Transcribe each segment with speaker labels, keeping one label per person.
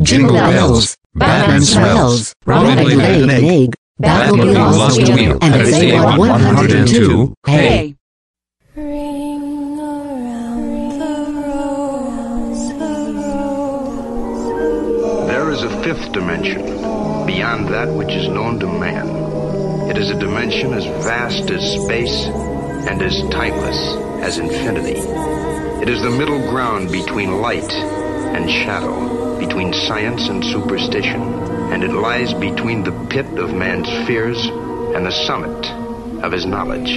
Speaker 1: Jingle bells, Batman smells, Robin laid an egg, Batmobile lost a wheel, and it's day 102, hey!
Speaker 2: Ring around the rose,
Speaker 3: There is a fifth dimension beyond that which is known to man. It is a dimension as vast as space and as timeless as infinity. It is the middle ground between light and shadow, between science and superstition, and it lies between the pit of man's fears and the summit of his knowledge.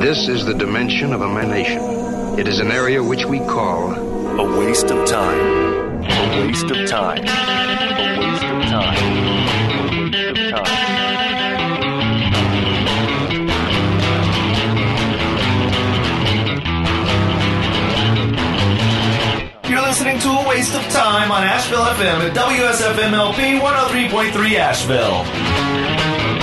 Speaker 3: This is the dimension of emanation. It is an area which we call
Speaker 4: A waste of time. A waste of time. A waste of time. A waste of time.
Speaker 5: You're listening to A Waste of Time on Asheville FM at WSFMLP 103.3 Asheville.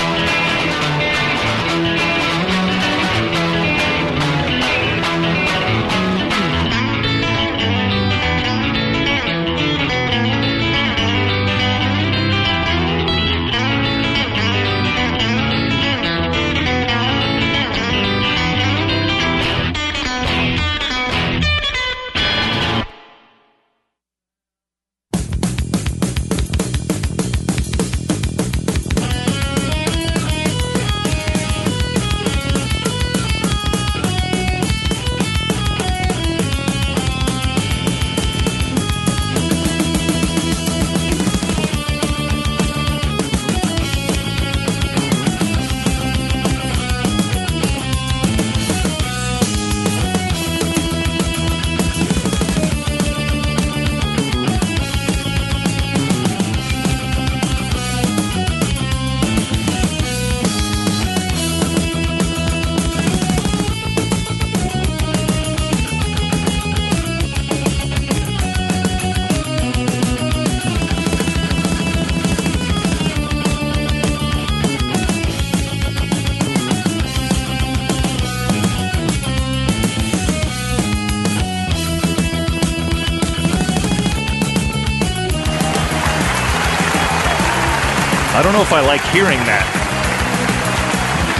Speaker 6: I don't know if I like hearing that.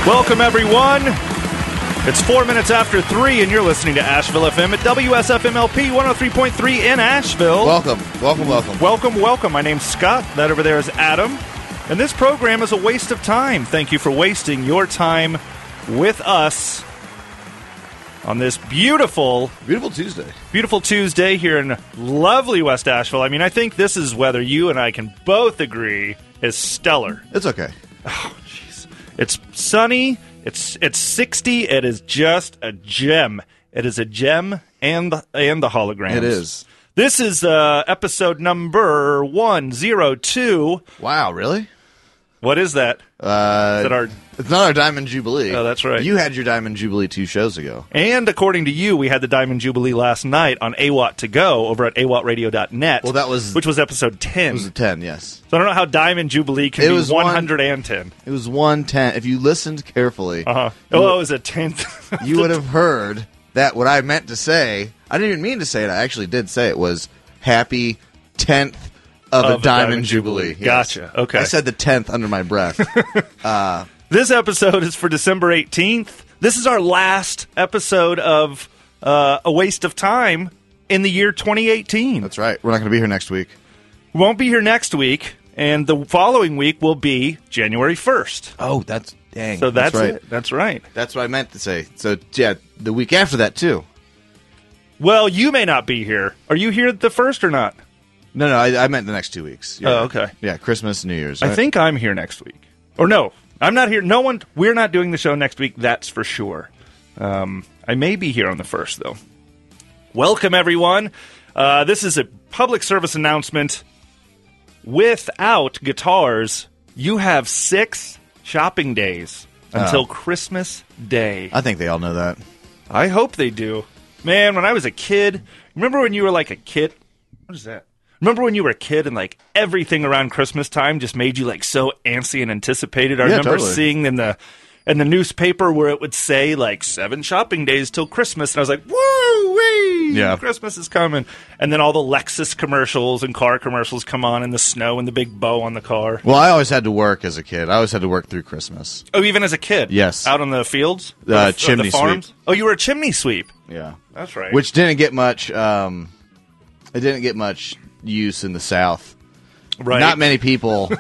Speaker 6: Welcome, everyone. It's four minutes after three, and you're listening to Asheville FM at WSFMLP 103.3 in Asheville.
Speaker 7: Welcome, welcome, welcome.
Speaker 6: welcome, welcome. My name's Scott. That over there is Adam. And this program is a waste of time. Thank you for wasting your time with us on this beautiful
Speaker 7: Beautiful Tuesday.
Speaker 6: Beautiful Tuesday here in lovely West Asheville. I mean, I think this is weather you and I can both agree is stellar. Oh,
Speaker 7: It's okay.
Speaker 6: It's sunny. It's it's 60. It is just a gem. It is a gem and the, and the holograms.
Speaker 7: It is.
Speaker 6: This is uh, episode number 102.
Speaker 7: Wow, really?
Speaker 6: What is that? Is
Speaker 7: Uh,
Speaker 6: that our-
Speaker 7: it's not our Diamond Jubilee.
Speaker 6: Oh, that's right.
Speaker 7: You had your Diamond Jubilee two shows ago.
Speaker 6: And according to you, we had the Diamond Jubilee last night on AWAT to go over at awattradio.net.
Speaker 7: Well, that was-
Speaker 6: which was episode 10.
Speaker 7: It was a 10, yes.
Speaker 6: so I don't know how Diamond Jubilee can
Speaker 7: It
Speaker 6: be
Speaker 7: was one-
Speaker 6: 110.
Speaker 7: It was 110. If you listened carefully,
Speaker 6: Uh-huh. Oh, it was a 10th.
Speaker 7: you would have heard that what I meant to say, I didn't even mean to say it, I actually did say it, was happy 10th of,
Speaker 6: Of
Speaker 7: a Diamond, Jubilee.
Speaker 6: Jubilee.
Speaker 7: Yes.
Speaker 6: Gotcha. Okay.
Speaker 7: I said the 10th under my breath.
Speaker 6: This episode is for December 18th. This is our last episode of uh, A Waste of Time in the year 2018.
Speaker 7: that's right. We're not going to be here next week.
Speaker 6: We won't be here next week, and the following week will be January 1st.
Speaker 7: Oh, that's dang.
Speaker 6: So that's,
Speaker 7: right.
Speaker 6: it. That's right.
Speaker 7: That's what I meant to say. So, yeah, the week after that, too.
Speaker 6: Well, you may not be here. Are you here the 1st or not?
Speaker 7: No, no, I, I meant the next two weeks. Yeah.
Speaker 6: Oh, okay.
Speaker 7: Yeah, Christmas, New Year's.
Speaker 6: I think I'm here next week. Or no, I'm not here. No one, we're not doing the show next week, that's for sure. Um, I may be here on the first, though. Welcome, everyone. Uh, this is a public service announcement. Without guitars, you have six shopping days until Christmas Day.
Speaker 7: I think they all know that.
Speaker 6: I hope they do. Man, when I was a kid, remember when you were like a kid? What is that? Remember when you were a kid and like everything around Christmas time just made you like so antsy and anticipated? I
Speaker 7: Yeah,
Speaker 6: remember
Speaker 7: totally.
Speaker 6: seeing in the in the newspaper where it would say like seven shopping days till Christmas, and I was like, "Woo wee!" yeah. Christmas is coming. And then all the Lexus commercials and car commercials come on in the snow and the big bow on the car.
Speaker 3: Well, I always had to work as a kid. I always had to work through Christmas.
Speaker 6: Oh, even as a kid?
Speaker 3: Yes.
Speaker 6: Out on the fields?
Speaker 3: Uh,
Speaker 6: Or the- or
Speaker 3: chimney
Speaker 6: the farms? Oh, you were a chimney sweep.
Speaker 3: Yeah,
Speaker 6: That's right.
Speaker 3: which didn't get much. Um, it didn't get much use in the South.
Speaker 6: right.
Speaker 3: Not many people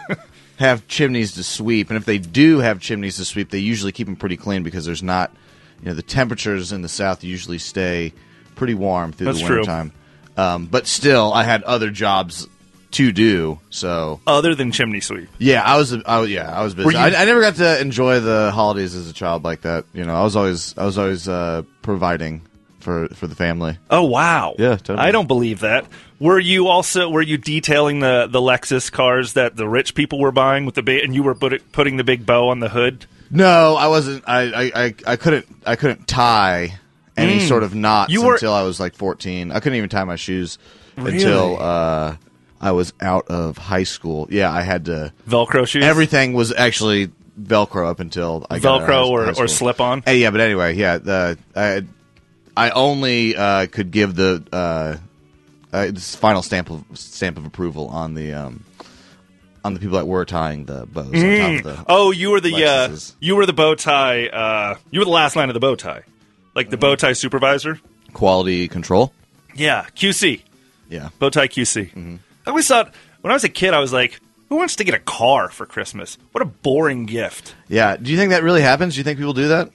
Speaker 3: have chimneys to sweep, and if they do have chimneys to sweep, they usually keep them pretty clean because there's not, you know, the temperatures in the South usually stay pretty warm through
Speaker 6: That's
Speaker 3: the
Speaker 6: true.
Speaker 3: wintertime. Um, but still, I had other jobs to do, so
Speaker 6: Other than chimney sweep.
Speaker 3: yeah, I was, I, was- yeah, I was busy.
Speaker 6: Were you-
Speaker 3: I, I never got to enjoy the holidays as a child like that. You know, I was always, I was always uh, providing for for the family.
Speaker 6: Oh wow!
Speaker 3: Yeah, totally.
Speaker 6: I don't believe that. Were you also were you detailing the the Lexus cars that the rich people were buying with the ba- and you were put- putting the big bow on the hood?
Speaker 3: No, I wasn't. I, I, I, I couldn't, I couldn't tie any sort of knots
Speaker 6: Mm. You were-
Speaker 3: until I was like fourteen. I couldn't even tie my shoes until uh, I was out of high school. Yeah, I had to.
Speaker 6: Velcro shoes,
Speaker 3: Everything was actually Velcro up until I got out of
Speaker 6: Velcro
Speaker 3: high-
Speaker 6: or-
Speaker 3: high
Speaker 6: or
Speaker 3: school.
Speaker 6: slip-on?
Speaker 3: Eh, yeah, but anyway, yeah. The I, I only uh, could give the uh, uh, this final stamp of stamp of approval on the um, on the people that were tying the bows on top of the.
Speaker 6: Oh, you were the uh,
Speaker 3: Lexuses.
Speaker 6: you were the bow tie. Uh, you were the last line of the bow tie, like the
Speaker 3: Mm-hmm.
Speaker 6: bow tie supervisor.
Speaker 3: quality control.
Speaker 6: Yeah, QC
Speaker 3: Yeah.
Speaker 6: bow tie QC.
Speaker 3: Mm-hmm.
Speaker 6: I always thought when I was a kid, I was like, who wants to get a car for Christmas? What a boring gift.
Speaker 3: Yeah. Do you think that really happens? Do you think people do that?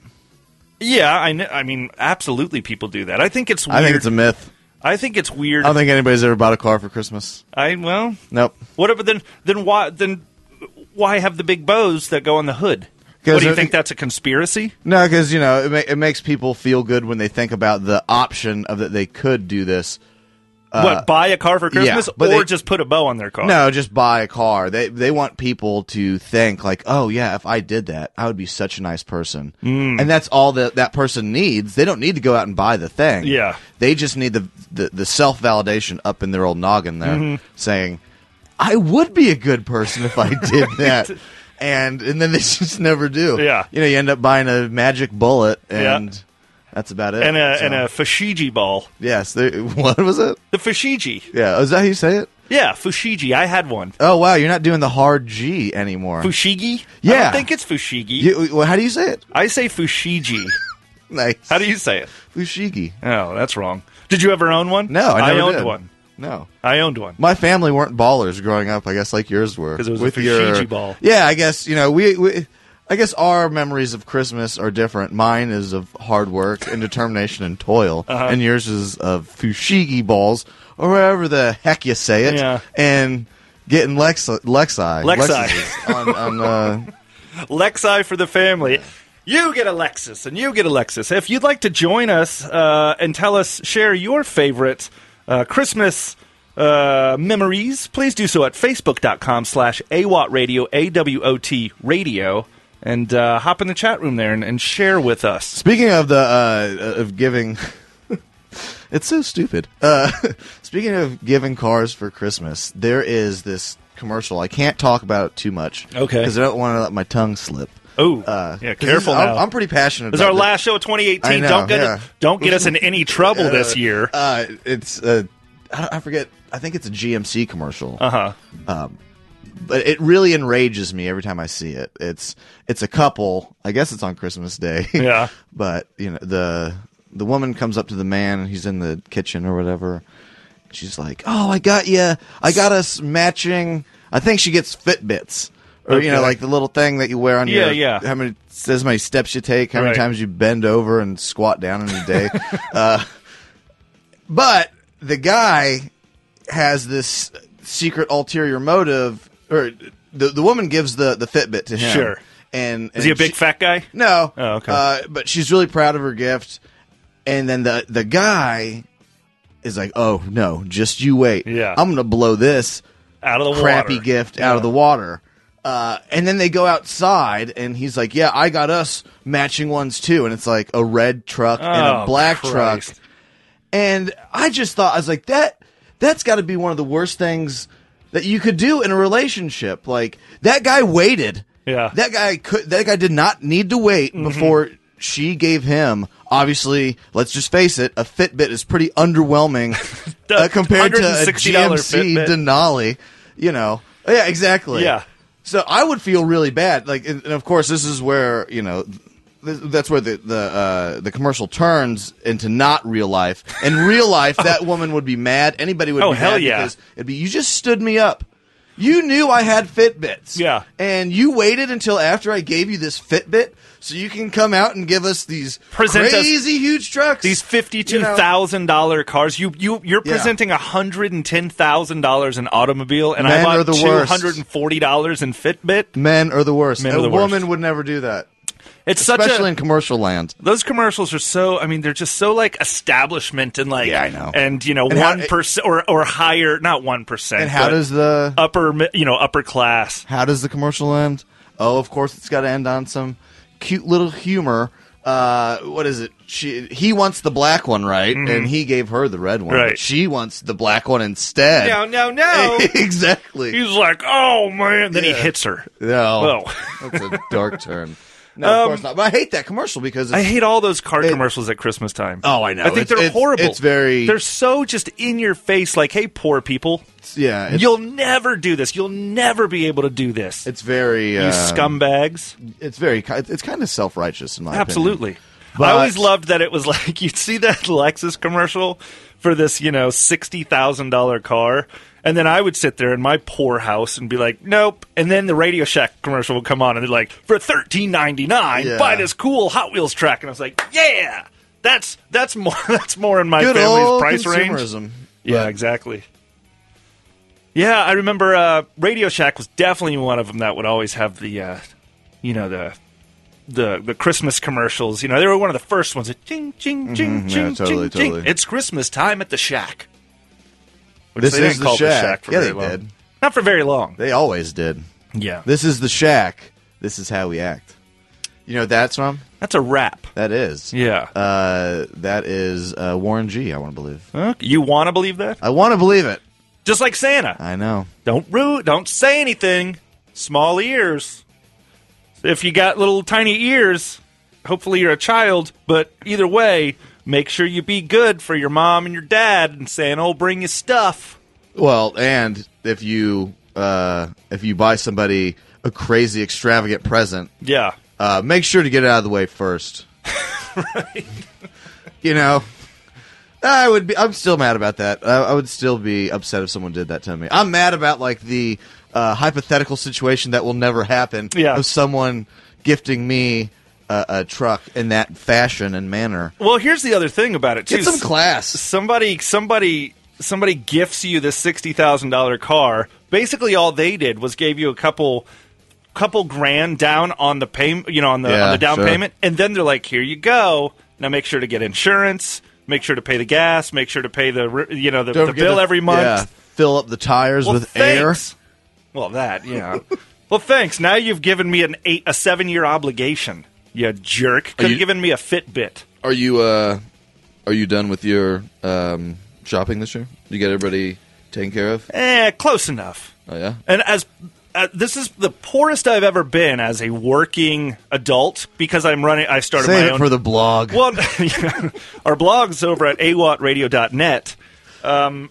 Speaker 6: Yeah, I, kn- I mean, absolutely, people do that. I think it's weird.
Speaker 3: I think it's a myth.
Speaker 6: I think it's weird.
Speaker 3: I don't think anybody's ever bought a car for Christmas.
Speaker 6: I well,
Speaker 3: Nope.
Speaker 6: what if then then why then why have the big bows that go on the hood? What
Speaker 3: 'Cause
Speaker 6: do you
Speaker 3: it-
Speaker 6: think that's a conspiracy?
Speaker 3: No, because you know it, ma- it makes people feel good when they think about the option of that they could do this.
Speaker 6: what buy a car for
Speaker 3: Uh, yeah,
Speaker 6: Christmas
Speaker 3: but
Speaker 6: or
Speaker 3: they-
Speaker 6: just put a bow on their car?
Speaker 3: No, just buy a car. They they want people to think like, oh yeah, if I did that, I would be such a nice person. Mm. And that's all that that person needs. They don't need to go out and buy the thing.
Speaker 6: Yeah.
Speaker 3: they just need the the, the self validation up in their old noggin there, saying, I would be a good person if I did that. And and then they just never do.
Speaker 6: Yeah.
Speaker 3: you know, you end up buying a magic bullet, and that's about it.
Speaker 6: and a
Speaker 3: So-
Speaker 6: and a fushigi ball.
Speaker 3: yes, they, what was it?
Speaker 6: The fushigi,
Speaker 3: Yeah, is that how you say it?
Speaker 6: yeah, fushigi. I had one.
Speaker 3: Oh wow, you're not doing the hard G anymore.
Speaker 6: Fushigi. I
Speaker 3: Yeah.
Speaker 6: don't think it's fushigi.
Speaker 3: You, well, how do you say it?
Speaker 6: I say fushigi.
Speaker 3: Like
Speaker 6: How do you say it?
Speaker 3: Fushigi?
Speaker 6: Oh, that's wrong. Did you ever own one?
Speaker 3: No, I never
Speaker 6: owned
Speaker 3: did.
Speaker 6: one.
Speaker 3: No,
Speaker 6: I owned one.
Speaker 3: my family weren't ballers growing up. I guess like yours were
Speaker 6: 'Cause it was a
Speaker 3: with
Speaker 6: Fushigi
Speaker 3: your
Speaker 6: ball.
Speaker 3: Yeah, I guess you know we. we I guess our memories of Christmas are different. Mine is of hard work and determination and toil,
Speaker 6: Uh-huh.
Speaker 3: and yours is of fushigi balls or whatever the heck you say it.
Speaker 6: Yeah.
Speaker 3: And getting Lex
Speaker 6: Lexi.
Speaker 3: Lexi Lexuses on, on uh,
Speaker 6: Lexi for the family. You get a Lexus, and you get a Lexus. If you'd like to join us uh, and tell us, share your favorite uh, Christmas uh, memories, please do so at facebook.com slash AWOT radio, A-W-O-T radio, and uh, hop in the chat room there and, and share with us.
Speaker 3: Speaking of the uh, of giving, it's so stupid. Uh, speaking of giving cars for Christmas, there is this commercial. I can't talk about it too much,
Speaker 6: Okay.
Speaker 3: because I don't want to let my tongue slip.
Speaker 6: Oh,
Speaker 3: Uh,
Speaker 6: yeah,
Speaker 3: 'cause this-
Speaker 6: careful
Speaker 3: I'm,
Speaker 6: now.
Speaker 3: I'm pretty passionate.
Speaker 6: this is
Speaker 3: about
Speaker 6: our
Speaker 3: this.
Speaker 6: last show of 2018.
Speaker 3: I know,
Speaker 6: don't, get,
Speaker 3: yeah.
Speaker 6: don't get us in any trouble this
Speaker 3: Uh,
Speaker 6: year.
Speaker 3: Uh, it's uh, I, don't, I forget. I think it's a GMC commercial. Uh
Speaker 6: Uh-huh.
Speaker 3: but it really enrages me every time I see it. It's it's a couple. I guess it's on Christmas Day.
Speaker 6: Yeah.
Speaker 3: but you know the the woman comes up to the man and he's in the kitchen or whatever. She's like, "Oh, I got you. I got us matching. I think she gets Fitbits." Or you know,
Speaker 6: Okay.
Speaker 3: like the little thing that you wear on
Speaker 6: Yeah,
Speaker 3: your
Speaker 6: yeah.
Speaker 3: how many says how many steps you take, how
Speaker 6: Right.
Speaker 3: many times you bend over and squat down in a day. uh, but the guy has this secret ulterior motive, or the the woman gives the the Fitbit to him.
Speaker 6: Sure.
Speaker 3: And,
Speaker 6: Is he a
Speaker 3: and
Speaker 6: big
Speaker 3: she-
Speaker 6: fat guy?
Speaker 3: No.
Speaker 6: Oh, okay.
Speaker 3: Uh, but she's really proud of her gift, and then the the guy is like, "Oh no, just you wait.
Speaker 6: Yeah.
Speaker 3: I'm gonna blow this
Speaker 6: Out of the
Speaker 3: crappy
Speaker 6: water.
Speaker 3: gift out of the water." Uh, and then they go outside, and he's like, "Yeah, I got us matching ones too." And it's like a red truck and
Speaker 6: Oh,
Speaker 3: a black
Speaker 6: Christ.
Speaker 3: truck, and I just thought I was like that that's got to be one of the worst things that you could do in a relationship. Like that guy waited.
Speaker 6: Yeah. Mm-hmm.
Speaker 3: That guy could that guy did not need to wait before she gave him
Speaker 2: Obviously, let's just face it, a Fitbit is pretty underwhelming uh, compared to a
Speaker 6: $160
Speaker 2: GMC
Speaker 6: Fitbit.
Speaker 2: Denali. You know, yeah, exactly.
Speaker 6: Yeah.
Speaker 2: So I would feel really bad. Like, and, and of course, this is where you know. th- That's where the the uh, the commercial turns into not real life. In real life, that woman would be mad. Anybody would
Speaker 6: Oh,
Speaker 2: be
Speaker 6: hell
Speaker 2: mad
Speaker 6: yeah.
Speaker 2: because it'd be you just stood me up. You knew I had Fitbits.
Speaker 6: Yeah.
Speaker 2: And you waited until after I gave you this Fitbit so you can come out and give us these
Speaker 6: Present us
Speaker 2: crazy huge trucks.
Speaker 6: These fifty-two thousand dollar cars. You you you're
Speaker 2: Yeah.
Speaker 6: presenting hundred and ten thousand dollars in automobile, and I
Speaker 2: Men are
Speaker 6: bought
Speaker 2: the
Speaker 6: two
Speaker 2: worst.
Speaker 6: hundred and forty dollars in Fitbit.
Speaker 2: Men are the worst.
Speaker 6: Men
Speaker 2: a
Speaker 6: are the
Speaker 2: woman
Speaker 6: worst.
Speaker 2: would never do that.
Speaker 6: It's such
Speaker 2: Especially
Speaker 6: a
Speaker 2: in commercial land.
Speaker 6: those commercials are so. I mean, they're just so like establishment and like
Speaker 2: Yeah, I know.
Speaker 6: and you know
Speaker 2: And how-
Speaker 6: one percent or or higher, not one percent.
Speaker 2: And how does the
Speaker 6: upper mi- you know upper class?
Speaker 2: how does the commercial end? Oh, of course it's got to end on some cute little humor. Uh, what is it? She, he wants the black one, right? And he gave her the red one. but
Speaker 6: Mm-hmm. Right.
Speaker 2: she wants the black one instead.
Speaker 6: No, no, no.
Speaker 2: exactly.
Speaker 6: He's like, oh man. Then
Speaker 2: Yeah.
Speaker 6: he hits her.
Speaker 2: No.
Speaker 6: Oh.
Speaker 2: That's a dark turn. No, of
Speaker 6: Um,
Speaker 2: course not. But I hate that commercial because
Speaker 6: I
Speaker 2: it's,
Speaker 6: hate all those car
Speaker 2: It-
Speaker 6: commercials at Christmas time.
Speaker 2: Oh, I
Speaker 6: I
Speaker 2: know.
Speaker 6: think
Speaker 2: It's-
Speaker 6: they're
Speaker 2: it's-
Speaker 6: horrible.
Speaker 2: it's very-
Speaker 6: They're so just in your face, like, "Hey, poor people,
Speaker 2: yeah, it's,
Speaker 6: you'll never do this. You'll never be able to do this.
Speaker 2: it's very
Speaker 6: you
Speaker 2: uh,
Speaker 6: scumbags."
Speaker 2: It's very ki- it's kind of self righteous in my
Speaker 6: Absolutely. I
Speaker 2: But-
Speaker 6: always loved that it was like you'd see that Lexus commercial for this, you know, sixty thousand dollar car, and then I would sit there in my poor house and be like, "Nope." And then the Radio Shack commercial would come on, and they're like, "For thirteen ninety nine,
Speaker 2: Yeah.
Speaker 6: buy this cool Hot Wheels track," and I was like, "Yeah." That's that's more that's more in my
Speaker 2: opinion. Good
Speaker 6: family's
Speaker 2: old
Speaker 6: price range.
Speaker 2: consumerism.
Speaker 6: Yeah,
Speaker 2: But-
Speaker 6: exactly. Yeah, I remember uh, Radio Shack was definitely one of them that would always have the, uh, you know, the the the Christmas commercials. You know, they were one of the first ones. That, ching, ching, ching,
Speaker 2: Mhm, yeah,
Speaker 6: ching,
Speaker 2: totally,
Speaker 6: ching,
Speaker 2: totally.
Speaker 6: ching. It's Christmas time at the Shack. Which
Speaker 2: This
Speaker 6: they didn't
Speaker 2: is the
Speaker 6: call it
Speaker 2: Shack.
Speaker 6: for
Speaker 2: Yeah,
Speaker 6: very
Speaker 2: they
Speaker 6: long.
Speaker 2: did.
Speaker 6: Not for very long.
Speaker 2: They always did.
Speaker 6: Yeah,
Speaker 2: This is the shack. This is how we act. You know what that's from?
Speaker 6: that's a wrap.
Speaker 2: That is.
Speaker 6: Yeah,
Speaker 2: Uh, that is uh, Warren G. I want to believe.
Speaker 6: Okay, you want to believe that?
Speaker 2: I want to believe it.
Speaker 6: Just like Santa.
Speaker 2: I know.
Speaker 6: Don't root. Don't say anything. Small ears. If you got little tiny ears, hopefully you're a child. But either way, make sure you be good for your mom and your dad, and Santa will bring you stuff.
Speaker 2: Well, and if you uh, if you buy somebody a crazy extravagant present,
Speaker 6: Yeah,
Speaker 2: uh, make sure to get it out of the way first. you know, I would be. I'm still mad about that. I, I would still be upset if someone did that to me. I'm mad about like the uh, hypothetical situation that will never happen
Speaker 6: Yeah.
Speaker 2: of someone gifting me a, a truck in that fashion and manner.
Speaker 6: Well, here's the other thing about it too.
Speaker 2: Get some
Speaker 6: S-
Speaker 2: class.
Speaker 6: somebody, somebody, somebody gifts you this sixty thousand dollar car. Basically, all they did was gave you a couple, couple grand down on the payment, you know, on the
Speaker 2: Yeah,
Speaker 6: on the down
Speaker 2: sure.
Speaker 6: payment, and then they're like, "Here you go. Now make sure to get insurance. Make sure to pay the gas. Make sure to pay the, re- you know, the, the
Speaker 2: forget
Speaker 6: bill
Speaker 2: to-
Speaker 6: every month."
Speaker 2: yeah, fill up the tires
Speaker 6: Well,
Speaker 2: with
Speaker 6: thanks. Well, that yeah. well, thanks. Now you've given me an eight, a seven year obligation. You jerk. Could
Speaker 2: you-
Speaker 6: have given me a Fitbit.
Speaker 2: air. Are you uh, are you done with your um, shopping this year? You get everybody taken care of?
Speaker 6: Eh, close enough.
Speaker 2: Oh yeah.
Speaker 6: And as uh, this is the poorest I've ever been as a working adult because I'm running. I started
Speaker 2: Save
Speaker 6: my
Speaker 2: it
Speaker 6: own.
Speaker 2: for the blog.
Speaker 6: well, yeah, our blog's over at awattradio.net. Um,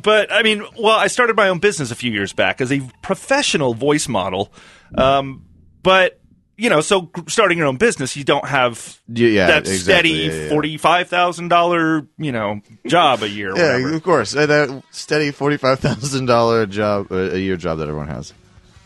Speaker 6: but I mean, well, I started my own business a few years back as a professional voice model. Um, but you know, so g- starting your own business, you don't have
Speaker 2: Y- yeah,
Speaker 6: that
Speaker 2: exactly,
Speaker 6: steady
Speaker 2: yeah, yeah, yeah.
Speaker 6: forty-five thousand dollar you know job a year. or
Speaker 2: Yeah,
Speaker 6: whatever.
Speaker 2: of course. Uh, that steady forty-five thousand dollar job uh, a year job that everyone has.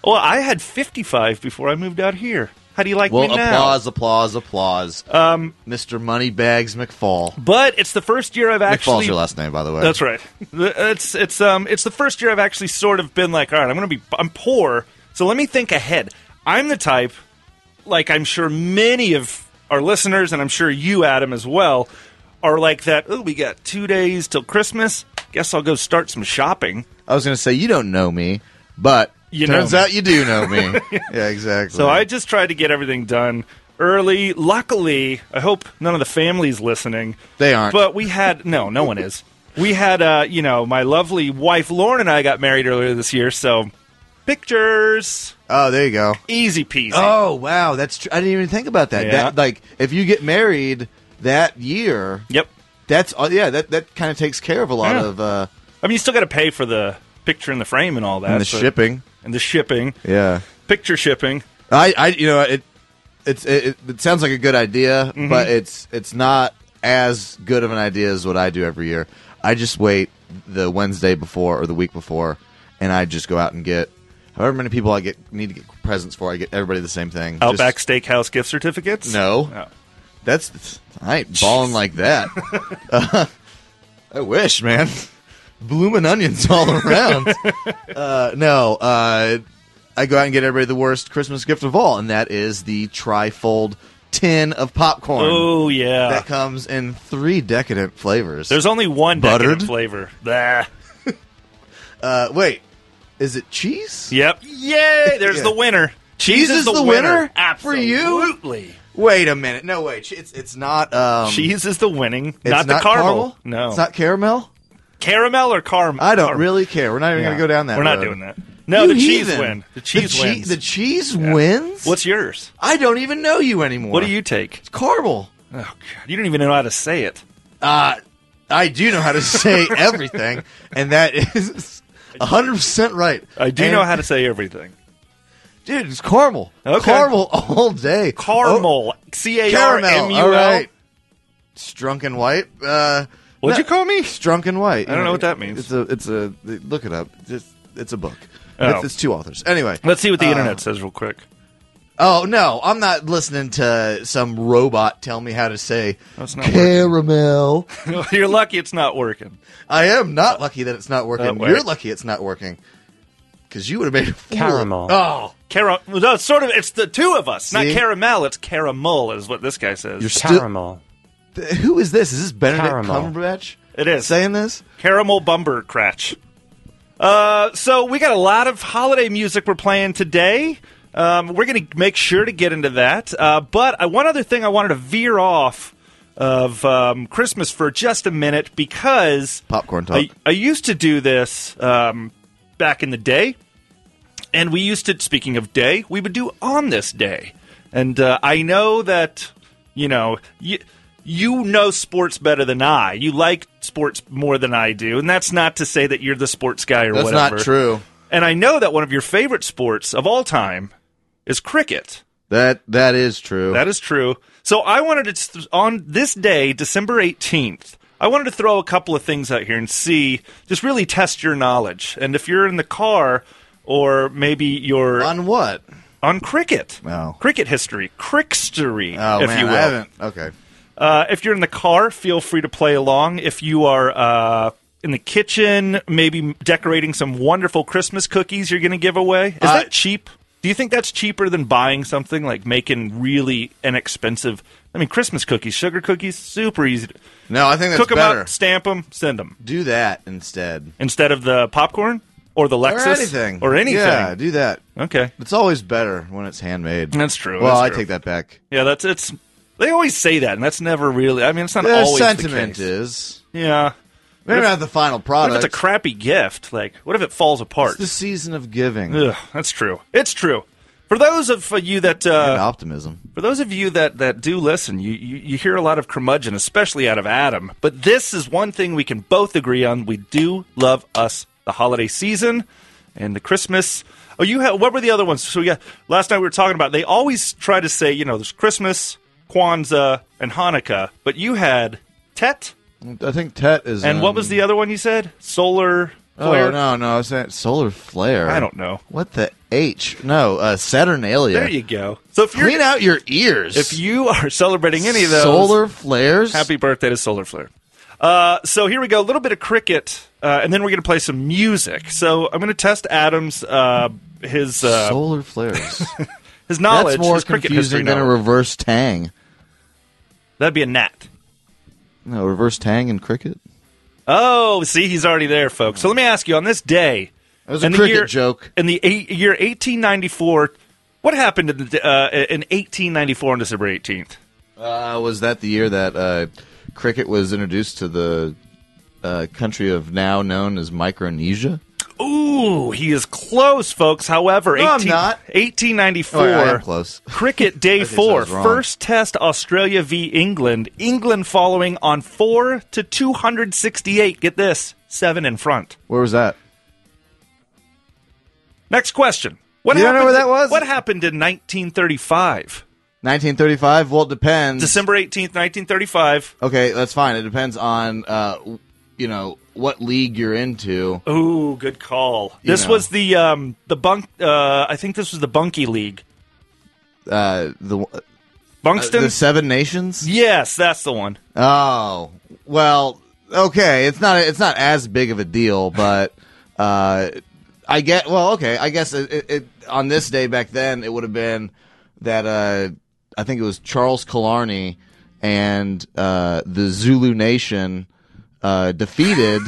Speaker 6: Well, I had 55 before I moved out here. How do you like
Speaker 2: Well,
Speaker 6: me now?
Speaker 2: applause, applause, applause. Um, Mr. Moneybags McFall.
Speaker 6: But it's the first year I've
Speaker 2: McFall's
Speaker 6: actually.
Speaker 2: your last name, by the way.
Speaker 6: That's right. It's it's um it's the first year I've actually sort of been like, all right, I'm gonna be I'm poor, so let me think ahead. I'm the type, like I'm sure many of our listeners, and I'm sure you, Adam, as well, are like that. Oh, we got two days till Christmas. Guess I'll go start some shopping.
Speaker 2: I was going to say you don't know me, but
Speaker 6: You know
Speaker 2: turns
Speaker 6: me.
Speaker 2: out you do know me. yeah, exactly.
Speaker 6: So I just tried to get everything done early. Luckily, I hope none of the family's listening.
Speaker 2: They aren't.
Speaker 6: But we had no, no one is. We had uh, you know, my lovely wife Lauren and I got married earlier this year, so pictures.
Speaker 2: oh, there you go.
Speaker 6: Easy peasy.
Speaker 2: Oh wow, that's true. I didn't even think about Oh, that.
Speaker 6: Yeah.
Speaker 2: That like if you get married that year,
Speaker 6: Yep.
Speaker 2: that's uh, yeah, that that kind of takes care of a lot
Speaker 6: Yeah.
Speaker 2: of uh,
Speaker 6: I mean, you still got to pay for the picture in the frame and all that.
Speaker 2: and the
Speaker 6: so-
Speaker 2: shipping.
Speaker 6: And the shipping.
Speaker 2: Yeah,
Speaker 6: Picture shipping.
Speaker 2: I, I, you know, it, it's it, it- it sounds like a good idea, but it's it's not as good of an idea as what I do every year. I just wait the Wednesday before or the week before, and I just go out and get however many people I get need to get presents for. I get everybody the same thing. Just-
Speaker 6: Outback Steakhouse gift certificates.
Speaker 2: No,
Speaker 6: Oh.
Speaker 2: that's I ain't balling like that. Uh, I wish, man. Blooming onions all around. uh, no, uh, I go out and get everybody the worst Christmas gift of all, and that is the trifold tin of popcorn
Speaker 6: Oh yeah.
Speaker 2: that comes in three decadent flavors.
Speaker 6: There's only one decadent
Speaker 2: Buttered?
Speaker 6: flavor. Blah.
Speaker 2: uh, wait, is it cheese?
Speaker 6: Yep. Yay! There's
Speaker 2: Yeah.
Speaker 6: the winner. Cheese,
Speaker 2: is the winner? For
Speaker 6: Absolutely.
Speaker 2: you? Wait a minute. No, wait. che- It's it's not um,
Speaker 6: Cheese is the winning,
Speaker 2: It's
Speaker 6: not the caramel. No.
Speaker 2: it's not caramel.
Speaker 6: caramel or caramel.
Speaker 2: I don't really care. We're not even going to go down that.
Speaker 6: We're not
Speaker 2: road.
Speaker 6: doing that. No,
Speaker 2: Uh, You
Speaker 6: the cheese
Speaker 2: heathen.
Speaker 6: win. The cheese
Speaker 2: chee-
Speaker 6: wins.
Speaker 2: The cheese wins.
Speaker 6: What's yours?
Speaker 2: I don't even know you anymore.
Speaker 6: What do you take?
Speaker 2: Caramel.
Speaker 6: Oh god, you don't even know how to say it.
Speaker 2: Uh, I do know how to say everything, and that is hundred percent right.
Speaker 6: I do
Speaker 2: And-
Speaker 6: know how to say everything.
Speaker 2: dude. It's caramel.
Speaker 6: Okay.
Speaker 2: Caramel all day.
Speaker 6: Caramel. C
Speaker 2: Oh,
Speaker 6: A R M
Speaker 2: caramel.
Speaker 6: U
Speaker 2: All
Speaker 6: L.
Speaker 2: right. Strunken white. Uh,
Speaker 6: What'd you call
Speaker 2: me? Strunken white.
Speaker 6: I don't know what that means.
Speaker 2: It's a. It's a. Look it up. It's, it's a book.
Speaker 6: Oh.
Speaker 2: It's, it's two authors. Anyway,
Speaker 6: Let's see what the
Speaker 2: Uh,
Speaker 6: internet says real quick.
Speaker 2: Oh no, I'm not listening to some robot tell me how to say
Speaker 6: That's not working.
Speaker 2: caramel.
Speaker 6: You're lucky it's not working.
Speaker 2: I am not lucky that it's not working.
Speaker 6: way.
Speaker 2: You're lucky it's not working because you would have made a fool of-
Speaker 8: Caramel.
Speaker 2: Oh,
Speaker 6: Caramel. No, it's sort of. It's the two of us. Not
Speaker 2: See?
Speaker 6: caramel. It's caramel. Is what this guy says.
Speaker 2: You're still-
Speaker 8: Caramel.
Speaker 2: th- who is this? Is this Benedict
Speaker 8: Caramel.
Speaker 2: Cumberbatch
Speaker 6: it is
Speaker 2: saying this?
Speaker 6: caramel bumper cratch. Uh, so we got a lot of holiday music we're playing today. Um, we're going to make sure to get into that. Uh, but I, one other thing I wanted to veer off of um, Christmas for just a minute because
Speaker 2: Popcorn talk.
Speaker 6: I, I used to do this um, back in the day, and we used to. Speaking of day, we would do on this day, and uh, I know that you know you you know sports better than I. You like sports more than I do, and that's not to say that you're the sports guy or
Speaker 2: That's
Speaker 6: whatever.
Speaker 2: not true.
Speaker 6: And I know that one of your favorite sports of all time is cricket.
Speaker 2: That that is true.
Speaker 6: That is true. So I wanted to th- on this day, December 18th. I wanted to throw a couple of things out here and see just really test your knowledge. And if you're in the car or maybe you're on,
Speaker 2: on what?
Speaker 6: cricket.
Speaker 2: No.
Speaker 6: Cricket history, crickstery
Speaker 2: Oh
Speaker 6: if
Speaker 2: man,
Speaker 6: you will.
Speaker 2: I haven't. Okay.
Speaker 6: Uh, if you're in the car, feel free to play along. If you are uh, in the kitchen, maybe decorating some wonderful Christmas cookies you're going to give away. Is
Speaker 2: Uh,
Speaker 6: that cheap? Do you think that's cheaper than buying something like making really inexpensive? I mean, Christmas cookies, sugar cookies, super easy. To,
Speaker 2: No, I think that's
Speaker 6: cook them
Speaker 2: better.
Speaker 6: up, stamp them, send them
Speaker 2: Do that instead.
Speaker 6: instead of the popcorn or the Lexus
Speaker 2: or anything.
Speaker 6: or anything.
Speaker 2: Yeah, do that.
Speaker 6: Okay,
Speaker 2: It's always better when it's handmade.
Speaker 6: That's true,
Speaker 2: Well,
Speaker 6: that's
Speaker 2: I
Speaker 6: true.
Speaker 2: take that back.
Speaker 6: yeah, that's it's. They always say that, and that's never really. I mean, it's not
Speaker 2: Their
Speaker 6: always
Speaker 2: sentiment
Speaker 6: the case.
Speaker 2: is
Speaker 6: Yeah.
Speaker 2: maybe not the final
Speaker 6: What if
Speaker 2: product.
Speaker 6: it's a crappy gift? Like, what if it falls apart?
Speaker 2: It's the season of giving
Speaker 6: Ugh, that's true. It's true. For those of you that
Speaker 2: and
Speaker 6: uh,
Speaker 2: optimism.
Speaker 6: for those of you that, that do listen, you, you, you hear a lot of curmudgeon, especially out of Adam. But this is one thing we can both agree on. We do love us the holiday season and the Christmas. Oh, you had what were the other ones? So yeah, last night we were talking about. They always try to say you know there's Christmas, Kwanzaa, and Hanukkah. But you had Tet,
Speaker 2: I think Tet is.
Speaker 6: and what
Speaker 2: in-
Speaker 6: was the other one you said? Solar flare.
Speaker 2: Oh no, no, it's that solar flare.
Speaker 6: I don't know.
Speaker 2: What the H? No, uh, Saturnalia.
Speaker 6: There you go. So if you're
Speaker 2: Clean out your ears.
Speaker 6: If you are celebrating any of those,
Speaker 2: solar flares.
Speaker 6: happy birthday to Solar Flare. Uh, so here we go, a little bit of cricket, uh, and then we're going to play some music. So I'm going to test Adam's uh, his uh,
Speaker 2: solar flares.
Speaker 6: his
Speaker 2: That's
Speaker 6: knowledge,
Speaker 2: more
Speaker 6: his cricket history
Speaker 2: confusing than a
Speaker 6: knowledge.
Speaker 2: reverse tang.
Speaker 6: That'd be a gnat.
Speaker 2: No, reverse tang in cricket.
Speaker 6: Oh, see, he's already there, folks. So let me ask you: on this day,
Speaker 2: That was a
Speaker 6: in the
Speaker 2: cricket
Speaker 6: year-
Speaker 2: joke.
Speaker 6: in the eight, year 1894, what happened in, the, d- uh, in 1894 on December 18th?
Speaker 2: Uh, was that the year that uh, cricket was introduced to the uh, country of now known as Micronesia?
Speaker 6: Ooh, he is close, folks. However,
Speaker 3: No, I'm
Speaker 6: 18
Speaker 3: not.
Speaker 6: 1894.
Speaker 3: Oh, yeah, I am close.
Speaker 6: Cricket Day
Speaker 3: think I
Speaker 6: Four,
Speaker 3: was wrong.
Speaker 6: first Test Australia v England. England following on four to two hundred sixty-eight. Get this, seven in front.
Speaker 3: Where was that?
Speaker 6: Next question. What
Speaker 3: You don't know
Speaker 6: happened-
Speaker 3: where that was?
Speaker 6: What happened in 1935?
Speaker 3: 1935. Well, it depends.
Speaker 6: December 18th, 1935.
Speaker 3: Okay, that's fine. It depends on, uh, you know, what league you're into.
Speaker 6: Ooh, good call.
Speaker 3: You
Speaker 6: this
Speaker 3: know.
Speaker 6: was the um the bunk. Uh, I think this was the Bunky League.
Speaker 3: Uh, the uh,
Speaker 6: Bunkston.
Speaker 3: the Seven Nations.
Speaker 6: yes, that's the one.
Speaker 3: Oh well, okay. It's not it's not as big of a deal, but uh, I get well. Okay, I guess it, it, it on this day back then it would have been that uh, I think it was Charles Killarney and uh, the Zulu Nation uh, defeated.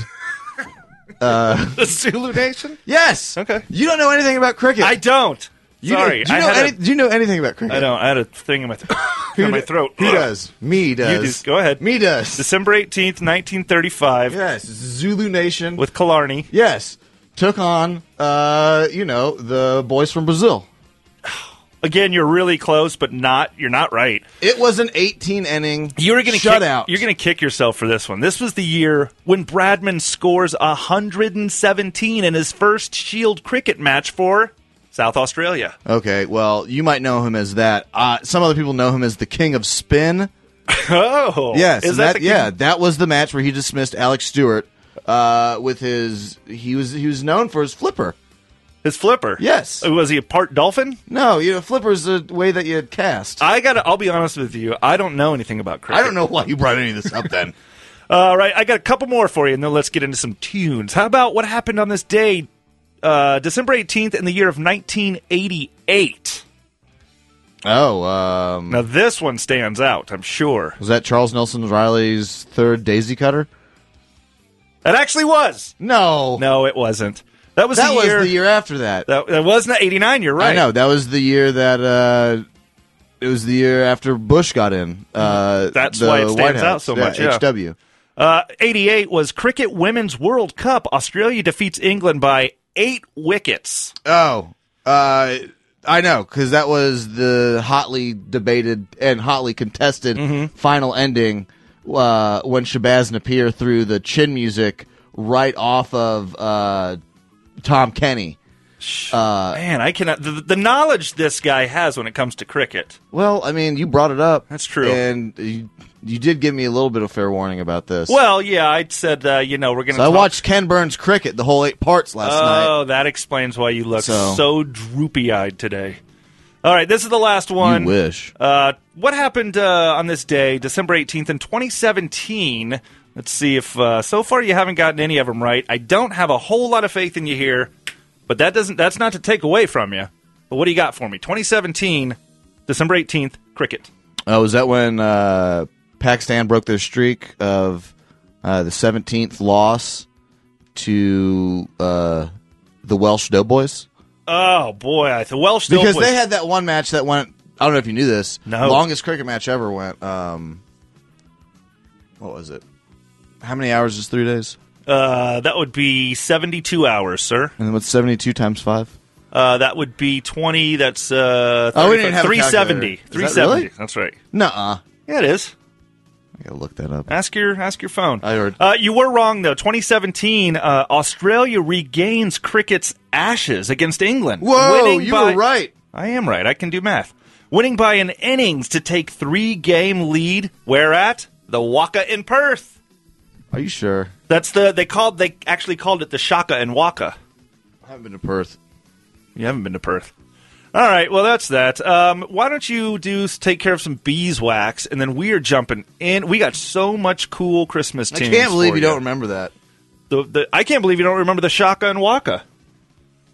Speaker 6: The Zulu Nation.
Speaker 3: yes.
Speaker 6: Okay.
Speaker 3: You don't know anything about cricket.
Speaker 6: I don't.
Speaker 3: You don't-
Speaker 6: Sorry,
Speaker 3: do you
Speaker 6: I
Speaker 3: know
Speaker 6: had a-
Speaker 3: any- do you know anything about cricket?
Speaker 6: I don't. I had a thing in my, th- in my
Speaker 3: d-
Speaker 6: throat.
Speaker 3: Who
Speaker 6: Ugh.
Speaker 3: does? Me does.
Speaker 6: do. Go ahead.
Speaker 3: Me does.
Speaker 6: December 18th, 1935,
Speaker 3: Yes, Zulu Nation.
Speaker 6: with Killarney.
Speaker 3: Yes, took on uh, you know the boys from Brazil.
Speaker 6: Again, you're really close, but not. You're not right.
Speaker 3: It was an 18 inning.
Speaker 6: You're gonna kick,
Speaker 3: shut out.
Speaker 6: You're gonna kick yourself for this one. This was the year when Bradman scores 117 in his first Shield cricket match for South Australia.
Speaker 3: okay. Well, you might know him as that. Uh, some other people know him as the king of spin.
Speaker 6: Oh,
Speaker 3: Yes,
Speaker 6: is
Speaker 3: and that,
Speaker 6: that, the
Speaker 3: yeah, that was the match where he dismissed Alex Stewart uh, with his. He was he was known for his flipper.
Speaker 6: his flipper?
Speaker 3: Yes.
Speaker 6: was he a part dolphin?
Speaker 3: No, you know, flipper's the way that you cast. I,
Speaker 6: I gotta. I'll be honest with you. I don't know anything about cricket.
Speaker 3: don't know why you brought any of this up then.
Speaker 6: All right, I got a couple more for you, and then let's get into some tunes. How about what happened on this day, uh, December 18th, in the year of 1988?
Speaker 3: oh, um,
Speaker 6: Now, this one stands out, I'm sure.
Speaker 3: was that Charles Nelson Riley's third daisy cutter?
Speaker 6: It actually was.
Speaker 3: No,
Speaker 6: No, it wasn't. That was,
Speaker 3: that
Speaker 6: the,
Speaker 3: was
Speaker 6: year,
Speaker 3: the year after that.
Speaker 6: That, that was not 89, you're right.
Speaker 3: I know that was the year that uh, it was the year after Bush got in. Uh,
Speaker 6: That's
Speaker 3: the
Speaker 6: why it stands
Speaker 3: White House,
Speaker 6: out so much, yeah.
Speaker 3: HW.
Speaker 6: Uh, 88 was Cricket Women's World Cup. Australia defeats England by eight wickets.
Speaker 3: Oh, uh, I know because that was the hotly debated and hotly contested
Speaker 6: Mm-hmm.
Speaker 3: final ending uh, when Shabazz Napier threw the chin music right off of uh, Tom Kenny.
Speaker 6: Man, I cannot. The, the knowledge this guy has when it comes to cricket.
Speaker 3: Well, I mean, you brought it up.
Speaker 6: That's true.
Speaker 3: and you, you did give me a little bit of fair warning about this.
Speaker 6: Well, yeah, I said, uh, you know, we're going to
Speaker 3: So I watched Ken Burns cricket the whole eight parts last night.
Speaker 6: Oh, that explains why you look so,
Speaker 3: So-
Speaker 6: droopy eyed today. All right, this is the last one.
Speaker 3: You wish.
Speaker 6: Uh, what happened uh, on this day, December 18th, in 2017? Let's see if uh, so far you haven't gotten any of them right. I don't have a whole lot of faith in you here, but that doesn't that's not to take away from you. But what do you got for me? 2017, December 18th, cricket.
Speaker 3: Oh, was that when uh, Pakistan broke their streak of uh, the seventeenth loss to uh, the Welsh Doughboys?
Speaker 6: Oh boy, I- the Welsh
Speaker 3: Because
Speaker 6: Doughboys.
Speaker 3: they had that one match that went. I don't know if you knew this.
Speaker 6: No.
Speaker 3: longest cricket match ever went. Um, what was it? How many hours is three days?
Speaker 6: uh, that would be 72 hours, sir.
Speaker 3: And then what's seventy-two times five?
Speaker 6: Uh, that would be 20. That's uh,
Speaker 3: Oh, we didn't have a
Speaker 6: 370.
Speaker 3: calculator. Is that
Speaker 6: 370.
Speaker 3: really?
Speaker 6: That's right.
Speaker 3: Nuh-uh.
Speaker 6: Yeah, it is.
Speaker 3: I gotta look that up.
Speaker 6: Ask your ask your phone.
Speaker 3: I heard.
Speaker 6: Uh, you were wrong though. 2017, uh, Australia regains cricket's ashes against England.
Speaker 3: Whoa,
Speaker 6: winning
Speaker 3: you
Speaker 6: by-
Speaker 3: were right.
Speaker 6: I am right. I can do math. Winning by an innings to take three game lead. Where at the Waka in Perth?
Speaker 3: Are you sure?
Speaker 6: That's the they called they actually called it the Shaka and Waka.
Speaker 3: I haven't been to Perth.
Speaker 6: You haven't been to Perth. All right, well that's that. Um, why don't you do take care of some beeswax, and then we are jumping in. We got so much cool Christmas
Speaker 3: I
Speaker 6: tunes.
Speaker 3: can't believe
Speaker 6: for
Speaker 3: you don't remember that.
Speaker 6: The, the, I can't believe you don't remember the Shaka and Waka.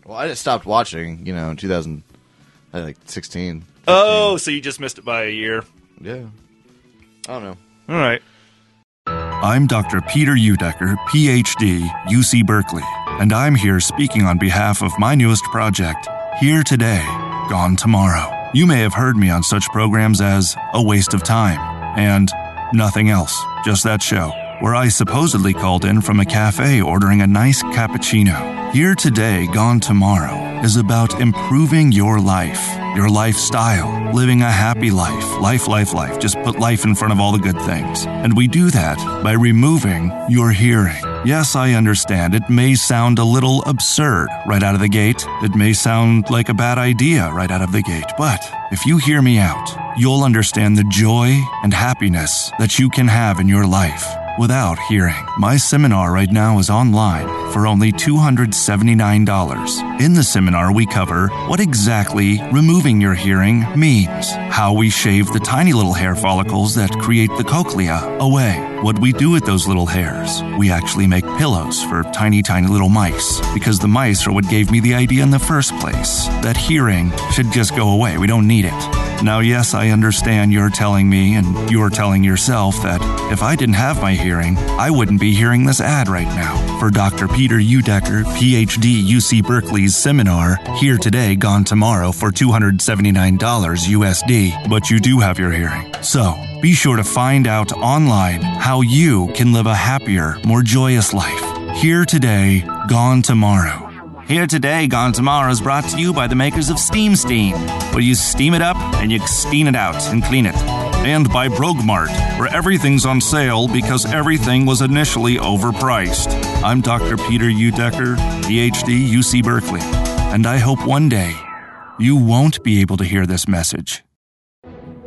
Speaker 3: Well, I just stopped watching, you know, in 2000, I like 16.
Speaker 6: Oh, so you just missed it by a year.
Speaker 3: Yeah. I don't know.
Speaker 6: All right.
Speaker 9: I'm Dr. Peter Udecker, PhD, UC Berkeley, and I'm here speaking on behalf of my newest project, Here Today, Gone Tomorrow. You may have heard me on such programs as A Waste of Time and Nothing Else, just that show, where I supposedly called in from a cafe ordering a nice cappuccino.
Speaker 6: Here Today, Gone Tomorrow is about improving your life, your lifestyle, living a happy life, life, life, life. Just put life in front of all the good things. And we do that by removing your hearing. Yes, I understand. It may sound a little absurd right out of the gate. It may sound like a bad idea right out of the gate. But if you hear me out, you'll understand the joy and happiness that you can have in your life without hearing. My seminar right now is online for only $279. In the seminar, we cover what exactly removing your hearing means, how we shave the tiny little hair follicles that create the cochlea away, what we do with those little hairs. We actually make pillows for tiny, tiny little mice because the mice are what gave me the idea in the first place that hearing should just go away. We don't need it. Now, yes, I understand you're telling me and you're telling yourself that if I didn't have my hearing, I wouldn't be hearing this ad right now for Dr. Peter Udecker, PhD, UC Berkeley's seminar, Here Today, Gone Tomorrow for $279 USD, but you do have your hearing. So, be sure to find out online how you can live a happier, more joyous life. Here Today, Gone Tomorrow. Here Today, Gone Tomorrow is brought to you by the makers of Steam Steen, where you steam it up and you steam it out and clean it. And by Brogmart, where everything's on sale because everything was initially overpriced. I'm Dr. Peter Udecker, PhD, UC Berkeley, and I hope one day you won't be able to hear this message.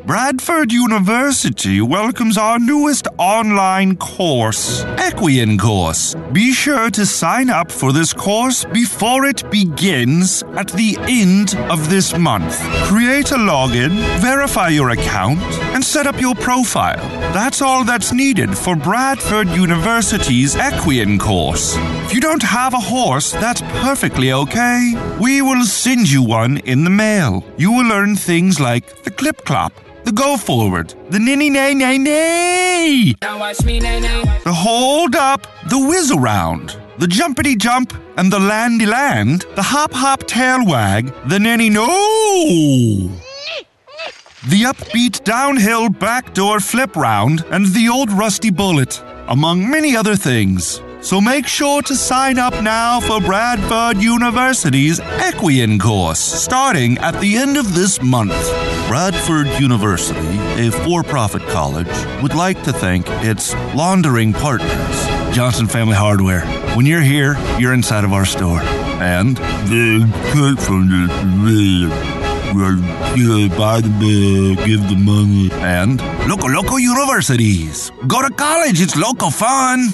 Speaker 6: Bradford University welcomes our newest online course, Equian Course. Be sure to sign up for this course before it begins at the end of this month. Create a login, verify your account, and set up your profile. That's all that's needed for Bradford University's Equian course. If you don't have a horse, that's perfectly okay. We will send you one in the mail. You will learn things like the clip clop the go forward, the ninny nay nay nay, the hold up, the whiz around, the jumpity jump, and the landy land, the hop hop tail wag, the ninny no the upbeat downhill backdoor flip round, and the old rusty bullet, among many other things. So make sure to sign up now for Bradford University's Equian course, starting at the end of this month. Bradford University, a for profit college, would like to thank its laundering partners, Johnson Family Hardware. When you're here, you're inside of our store. And the cut from the well, you buy the bill, give the money. And local, local universities. Go to college, it's local fun.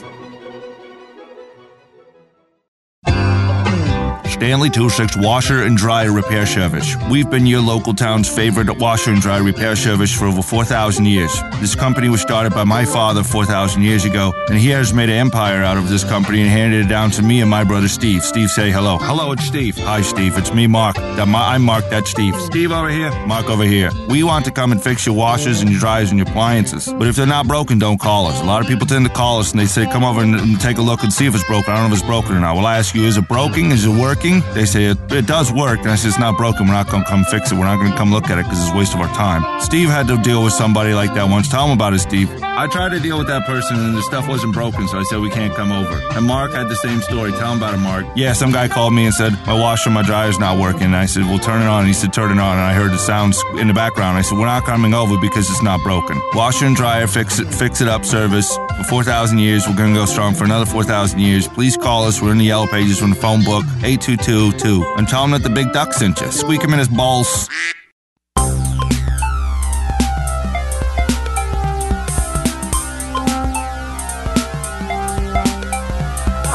Speaker 6: Stanley 26 Washer and Dryer Repair Service. We've been your local town's favorite washer and dryer repair service for over 4,000 years. This company was started by my father 4,000 years ago, and he has made an empire out of this company and handed it down to me and my brother Steve. Steve, say hello. Hello, it's Steve. Hi, Steve. It's me, Mark. That my- I'm Mark. That's Steve. Steve over here. Mark over here. We want to come and fix your washers and your dryers and your appliances, but if they're not broken, don't call us. A lot of people tend to call us and they say, come over and, and take a look and see if it's broken. I don't know if it's broken or not. Well, I ask you, is it broken? Is it working? They say it, it does work. And I said, it's not broken. We're not going to come fix it. We're not going to come look at it because it's a waste of our time. Steve had to deal with somebody like that once. Tell him about it, Steve. I tried to deal with that person and the stuff wasn't broken, so I said we can't come over. And Mark had the same story. Tell him about it, Mark. Yeah, some guy called me and said, my washer, my dryer's not working. And I said, well, turn it on. And he said, turn it on. And I heard the sounds in the background. I said, we're not coming over because it's not broken. Washer and dryer, fix it, fix it up service for 4,000 years. We're going to go strong for another 4,000 years. Please call us. We're in the yellow pages. We're in the phone book. 8222. And tell him that the big duck sent you. Squeak him in his balls.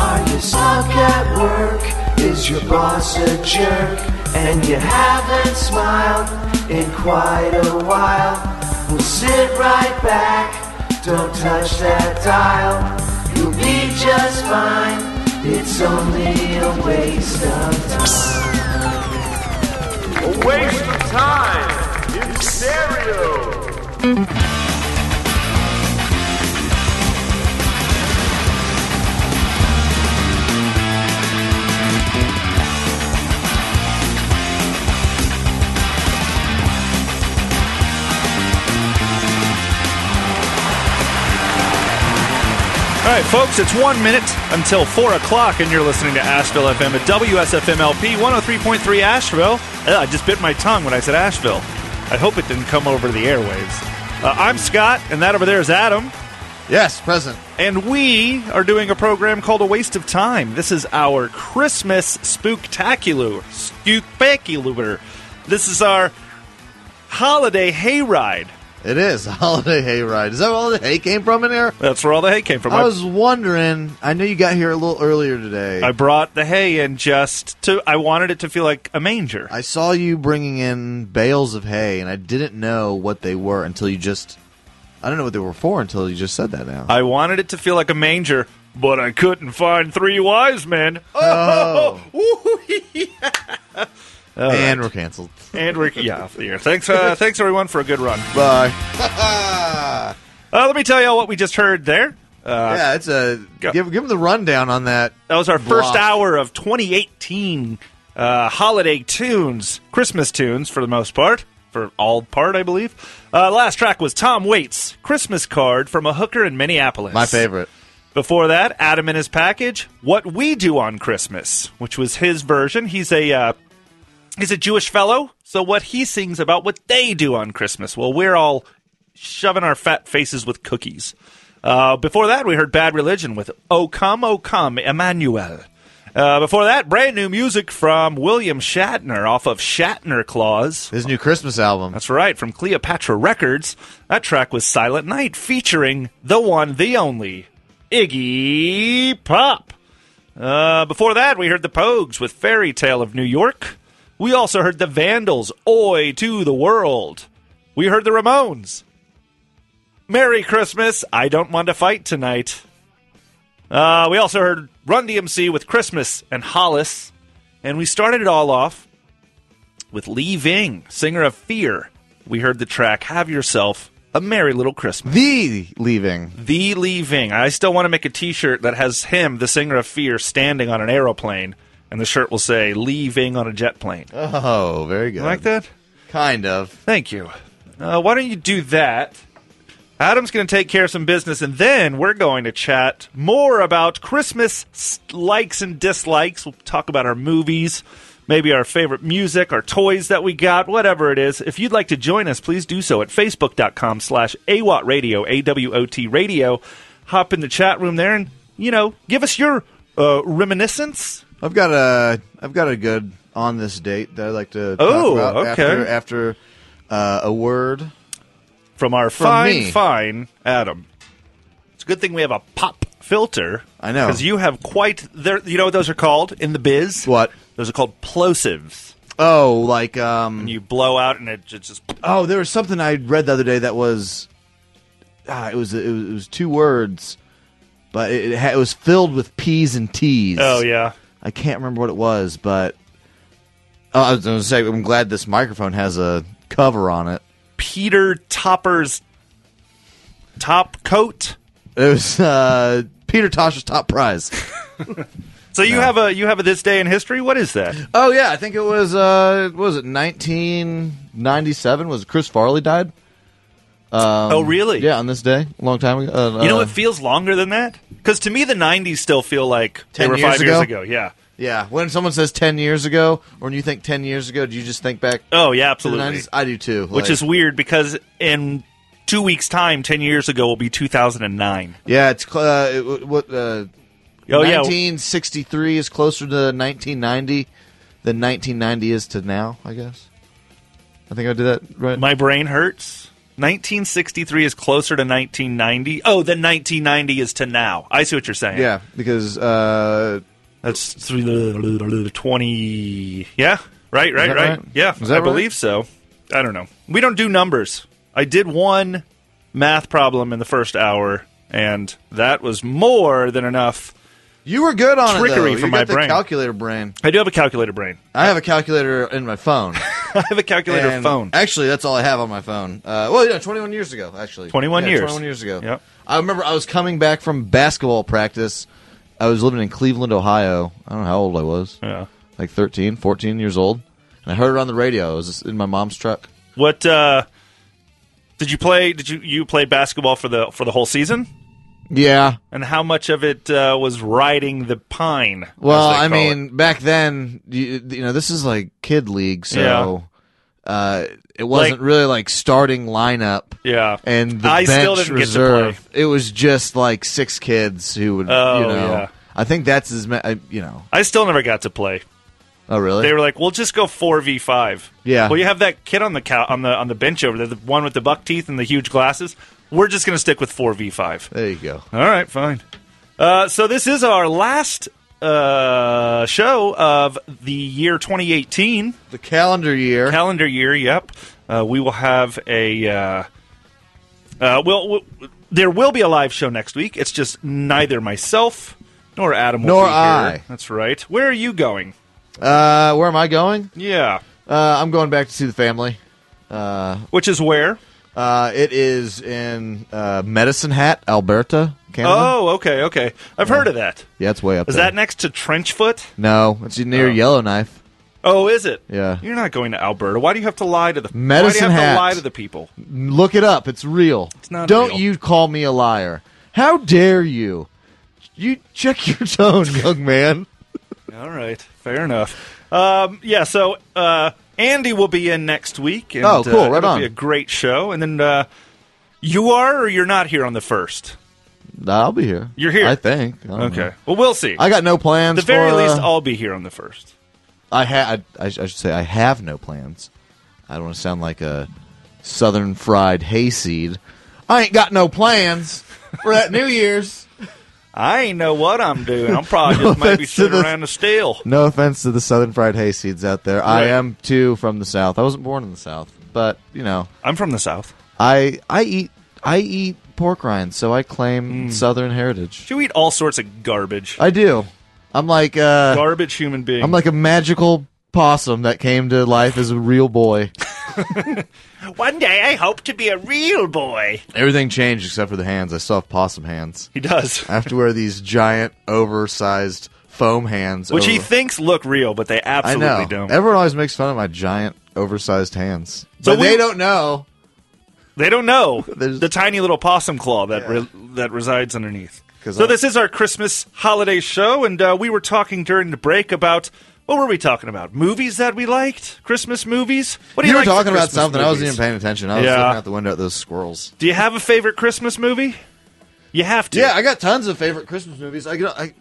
Speaker 7: Are you stuck at work? Is your boss a jerk? And you haven't smiled in quite a while. Well, sit right back, don't touch that dial. You'll be just fine, it's only a waste of time.
Speaker 10: A waste of time in stereo.
Speaker 11: All
Speaker 6: right, folks, it's one minute until four o'clock, and you're listening to Asheville FM at WSFMLP 103.3 Asheville. Ugh, I just bit my tongue when I said Asheville. I hope it didn't come over the airwaves. Uh, I'm Scott, and that over there is Adam.
Speaker 2: Yes, present.
Speaker 6: And we are doing a program called A Waste of Time. This is our Christmas spooktacular. Spooktacular. This is our holiday hayride.
Speaker 2: It is a holiday hayride. Is that where all the hay came from in there?
Speaker 6: That's where all the hay came from.
Speaker 2: I was wondering. I know you got here a little earlier today.
Speaker 6: I brought the hay in just to. I wanted it to feel like a manger.
Speaker 2: I saw you bringing in bales of hay, and I didn't know what they were until you just. I don't know what they were for until you just said that now.
Speaker 6: I wanted it to feel like a manger, but I couldn't find three wise men. Oh,
Speaker 2: and we're canceled.
Speaker 6: and we're yeah off the air. Thanks, uh, thanks everyone for a good run.
Speaker 2: Bye.
Speaker 6: Uh, let me tell you what we just heard there. Uh,
Speaker 2: yeah, it's a
Speaker 6: go.
Speaker 2: give give them the rundown on that.
Speaker 6: That was our first
Speaker 2: Block.
Speaker 6: hour of 2018 uh, holiday tunes, Christmas tunes for the most part, for all part, I believe. Uh, last track was Tom Waits' Christmas Card from a Hooker in Minneapolis.
Speaker 2: My favorite.
Speaker 6: Before that, Adam and his package, What We Do on Christmas, which was his version. He's a uh, he's a Jewish fellow, so what he sings about what they do on Christmas. Well, we're all shoving our fat faces with cookies. Uh, before that, we heard Bad Religion with O Come, O Come, Emmanuel. Uh, before that, brand new music from William Shatner off of Shatner Claus.
Speaker 2: His new Christmas album.
Speaker 6: That's right, from Cleopatra Records. That track was Silent Night, featuring the one, the only, Iggy Pop. Uh, before that, we heard the Pogues with Fairy Tale of New York. We also heard the Vandals, Oi to the World. We heard the Ramones. Merry Christmas, I Don't Want to Fight Tonight. Uh, we also heard Run DMC with Christmas and Hollis. And we started it all off with Lee Ving, singer of Fear. We heard the track Have Yourself a Merry Little Christmas.
Speaker 2: The leaving.
Speaker 6: The Lee Ving. I still want to make a t shirt that has him, the singer of Fear, standing on an aeroplane, and the shirt will say Lee Ving on a jet plane.
Speaker 2: Oh, very good.
Speaker 6: You like that?
Speaker 2: Kind of.
Speaker 6: Thank you. Uh, why don't you do that? Adam's going to take care of some business, and then we're going to chat more about Christmas s- likes and dislikes. We'll talk about our movies, maybe our favorite music, our toys that we got, whatever it is. If you'd like to join us, please do so at facebook.com slash AWOT radio, A-W-O-T radio. Hop in the chat room there and, you know, give us your uh, reminiscence.
Speaker 2: I've got a I've got a good on this date that I'd like to
Speaker 6: Oh,
Speaker 2: talk about
Speaker 6: okay.
Speaker 2: after after uh, a word.
Speaker 6: from our
Speaker 2: From
Speaker 6: fine,
Speaker 2: me.
Speaker 6: fine Adam. It's a good thing we have a pop filter.
Speaker 2: I know.
Speaker 6: because you have quite. There, you know what those are called in the biz.
Speaker 2: What?
Speaker 6: Those are called plosives.
Speaker 2: Oh, like um
Speaker 6: You blow out and it ju- just.
Speaker 2: Oh, there was something I read the other day that was, ah, it was it was, it was two words, but it, it, ha- it was filled with p's and t's.
Speaker 6: Oh yeah.
Speaker 2: I can't remember what it was, but oh, I was going to say I'm glad this microphone has a cover on it.
Speaker 6: Peter Topper's top coat.
Speaker 2: It was uh, Peter Tosh's top prize.
Speaker 6: So you have a you have a this day in history. What is that?
Speaker 2: oh yeah, I think it was uh, what was it 1997? Was it Chris Farley died?
Speaker 6: oh really?
Speaker 2: Yeah, on this day, a long time ago. Uh,
Speaker 6: You know
Speaker 2: uh,
Speaker 6: it feels longer than that because to me the '90s still feel like they
Speaker 2: 10
Speaker 6: were
Speaker 2: years
Speaker 6: five years
Speaker 2: ago?
Speaker 6: ago. Yeah.
Speaker 2: Yeah, when someone says ten years ago, or when you think ten years ago, do you just think back?
Speaker 6: Oh yeah,
Speaker 2: to the
Speaker 6: absolutely.
Speaker 2: 90s? I do too.
Speaker 6: which
Speaker 2: like-
Speaker 6: is weird because in two weeks' time, ten years ago will be two thousand and nine.
Speaker 2: yeah, it's cl- uh, it, w- what uh,
Speaker 6: Oh yeah,
Speaker 2: 1963 is closer to 1990 than 1990 is to now. I guess. I think I did that right.
Speaker 6: my brain hurts. Nineteen sixty three is closer to nineteen ninety. Oh, then nineteen ninety is to now. I see what you're saying.
Speaker 2: yeah, because uh,
Speaker 6: that's th- twenty. Yeah, right, right,
Speaker 2: that
Speaker 6: right.
Speaker 2: right?
Speaker 6: Yeah,
Speaker 2: Is that
Speaker 6: I
Speaker 2: right?
Speaker 6: believe so. I don't know. We don't do numbers. I did one math problem in the first hour, and that was more than enough.
Speaker 2: you were good on
Speaker 6: Trickery
Speaker 2: it, though.
Speaker 6: for
Speaker 2: you
Speaker 6: my
Speaker 2: got the
Speaker 6: brain.
Speaker 2: calculator brain.
Speaker 6: I do have a calculator brain.
Speaker 2: I have a calculator in my phone.
Speaker 6: I have a calculator
Speaker 2: And
Speaker 6: phone.
Speaker 2: Actually, that's all I have on my phone. Uh, well, yeah, 21 years ago, actually.
Speaker 6: 21
Speaker 2: Yeah,
Speaker 6: years.
Speaker 2: 21 years ago.
Speaker 6: Yep.
Speaker 2: I remember I was coming back from basketball practice. I was living in Cleveland, Ohio. I don't know how old I was.
Speaker 6: Yeah.
Speaker 2: Like 13, 14 years old. And I heard it on the radio. I was just in my mom's truck.
Speaker 6: What uh, did you play? Did you you play basketball for the for the whole season?
Speaker 2: Yeah.
Speaker 6: and how much of it uh, was riding the pine. as
Speaker 2: Well,
Speaker 6: they
Speaker 2: I
Speaker 6: call it.
Speaker 2: mean, back then, you, you know, this is like kid league, so uh, it wasn't
Speaker 6: Like-
Speaker 2: really like starting lineup.
Speaker 6: yeah,
Speaker 2: And the
Speaker 6: I
Speaker 2: bench
Speaker 6: still didn't get to
Speaker 2: reserve, it was just like six kids who would,
Speaker 6: Oh,
Speaker 2: you know.
Speaker 6: yeah.
Speaker 2: I think that's as ma- I- you know.
Speaker 6: I still never got to play.
Speaker 2: Oh, really?
Speaker 6: They were like, "We'll just go four v five.
Speaker 2: Yeah.
Speaker 6: Well, you have that kid on the cow- on the on the bench over there, the one with the buck teeth and the huge glasses. We're just going to stick with four v five.
Speaker 2: there you go.
Speaker 6: All right, fine. Uh, so this is our last uh, show of the year 2018
Speaker 2: The calendar year.
Speaker 6: calendar year. Yep, uh, we will have a. Uh, uh, well, w- there will be a live show next week. It's just neither myself nor Adam will
Speaker 2: Nor
Speaker 6: be here.
Speaker 2: I.
Speaker 6: That's right. Where are you going?
Speaker 2: uh, where am I going?
Speaker 6: Yeah,
Speaker 2: Uh, I'm going back to see the family.
Speaker 6: which is where.
Speaker 2: Uh, it is in uh, Medicine Hat, Alberta, Canada.
Speaker 6: Oh, okay, okay. I've heard of that.
Speaker 2: Yeah, it's way up
Speaker 6: Is
Speaker 2: there.
Speaker 6: that next to Trenchfoot?
Speaker 2: no, it's near Yellowknife.
Speaker 6: Oh, is it?
Speaker 2: Yeah.
Speaker 6: You're not going to Alberta. Why do you have to lie to the Why do
Speaker 2: Medicine
Speaker 6: you have
Speaker 2: Hat.
Speaker 6: to lie to the people?
Speaker 2: Look it up. It's real. It's
Speaker 6: not
Speaker 2: Don't
Speaker 6: real.
Speaker 2: you call me a liar. How dare you? You check your tone, young man.
Speaker 6: All right, fair enough. Um, yeah, so uh, Andy will be in next week. And,
Speaker 2: Oh, cool,
Speaker 6: uh,
Speaker 2: right
Speaker 6: it'll
Speaker 2: on.
Speaker 6: Be a great show, and then uh, you are or you're not here on the first.
Speaker 2: I'll be here.
Speaker 6: You're here.
Speaker 2: I think. I don't know.
Speaker 6: Okay, well we'll see.
Speaker 2: Mm-hmm. I got no plans.
Speaker 6: the very
Speaker 2: for,
Speaker 6: least,
Speaker 2: uh,
Speaker 6: I'll be here on the first.
Speaker 2: I had. I, I should say I have no plans. I don't want to sound like a southern fried hayseed. I ain't got no plans for that New Year's.
Speaker 6: I ain't know what I'm doing. I'm probably just maybe
Speaker 2: offense to
Speaker 6: sitting
Speaker 2: the-
Speaker 6: around the steel.
Speaker 2: No offense to the southern fried hayseeds out there. I
Speaker 6: Right.
Speaker 2: am too from the south. I wasn't born in the south, but you know,
Speaker 6: I'm from the south.
Speaker 2: I I eat I eat pork rinds, so I
Speaker 6: Hmm.
Speaker 2: claim southern heritage.
Speaker 6: You eat all sorts of garbage.
Speaker 2: I do. I'm like uh,
Speaker 6: garbage human being.
Speaker 2: I'm like a magical possum that came to life as a real boy.
Speaker 6: One day I hope to be a real boy.
Speaker 2: Everything changed except for the hands. I still have possum hands.
Speaker 6: He does.
Speaker 2: I have to wear these giant, oversized foam hands,
Speaker 6: Which he
Speaker 2: over-
Speaker 6: thinks look real, but they
Speaker 2: Oh. I
Speaker 6: absolutely
Speaker 2: know.
Speaker 6: don't.
Speaker 2: Everyone always makes fun of my giant, oversized hands,
Speaker 6: So
Speaker 2: but
Speaker 6: we-
Speaker 2: they don't know.
Speaker 6: They don't know
Speaker 2: There's-
Speaker 6: the tiny little possum claw that
Speaker 2: Yeah.
Speaker 6: re- that resides underneath.
Speaker 2: 'Cause
Speaker 6: So
Speaker 2: I-
Speaker 6: this is our Christmas holiday show, and uh, we were talking during the break about what were we talking about? Movies that we liked, Christmas movies. What do
Speaker 2: You
Speaker 6: you
Speaker 2: were
Speaker 6: like for
Speaker 2: talking about
Speaker 6: Christmas
Speaker 2: something. I wasn't
Speaker 6: movies?
Speaker 2: even paying attention. I was
Speaker 6: Yeah.
Speaker 2: looking out the window at those squirrels.
Speaker 6: Do you have a favorite Christmas movie? You have to.
Speaker 2: Yeah, I got tons of favorite Christmas movies. I get, I,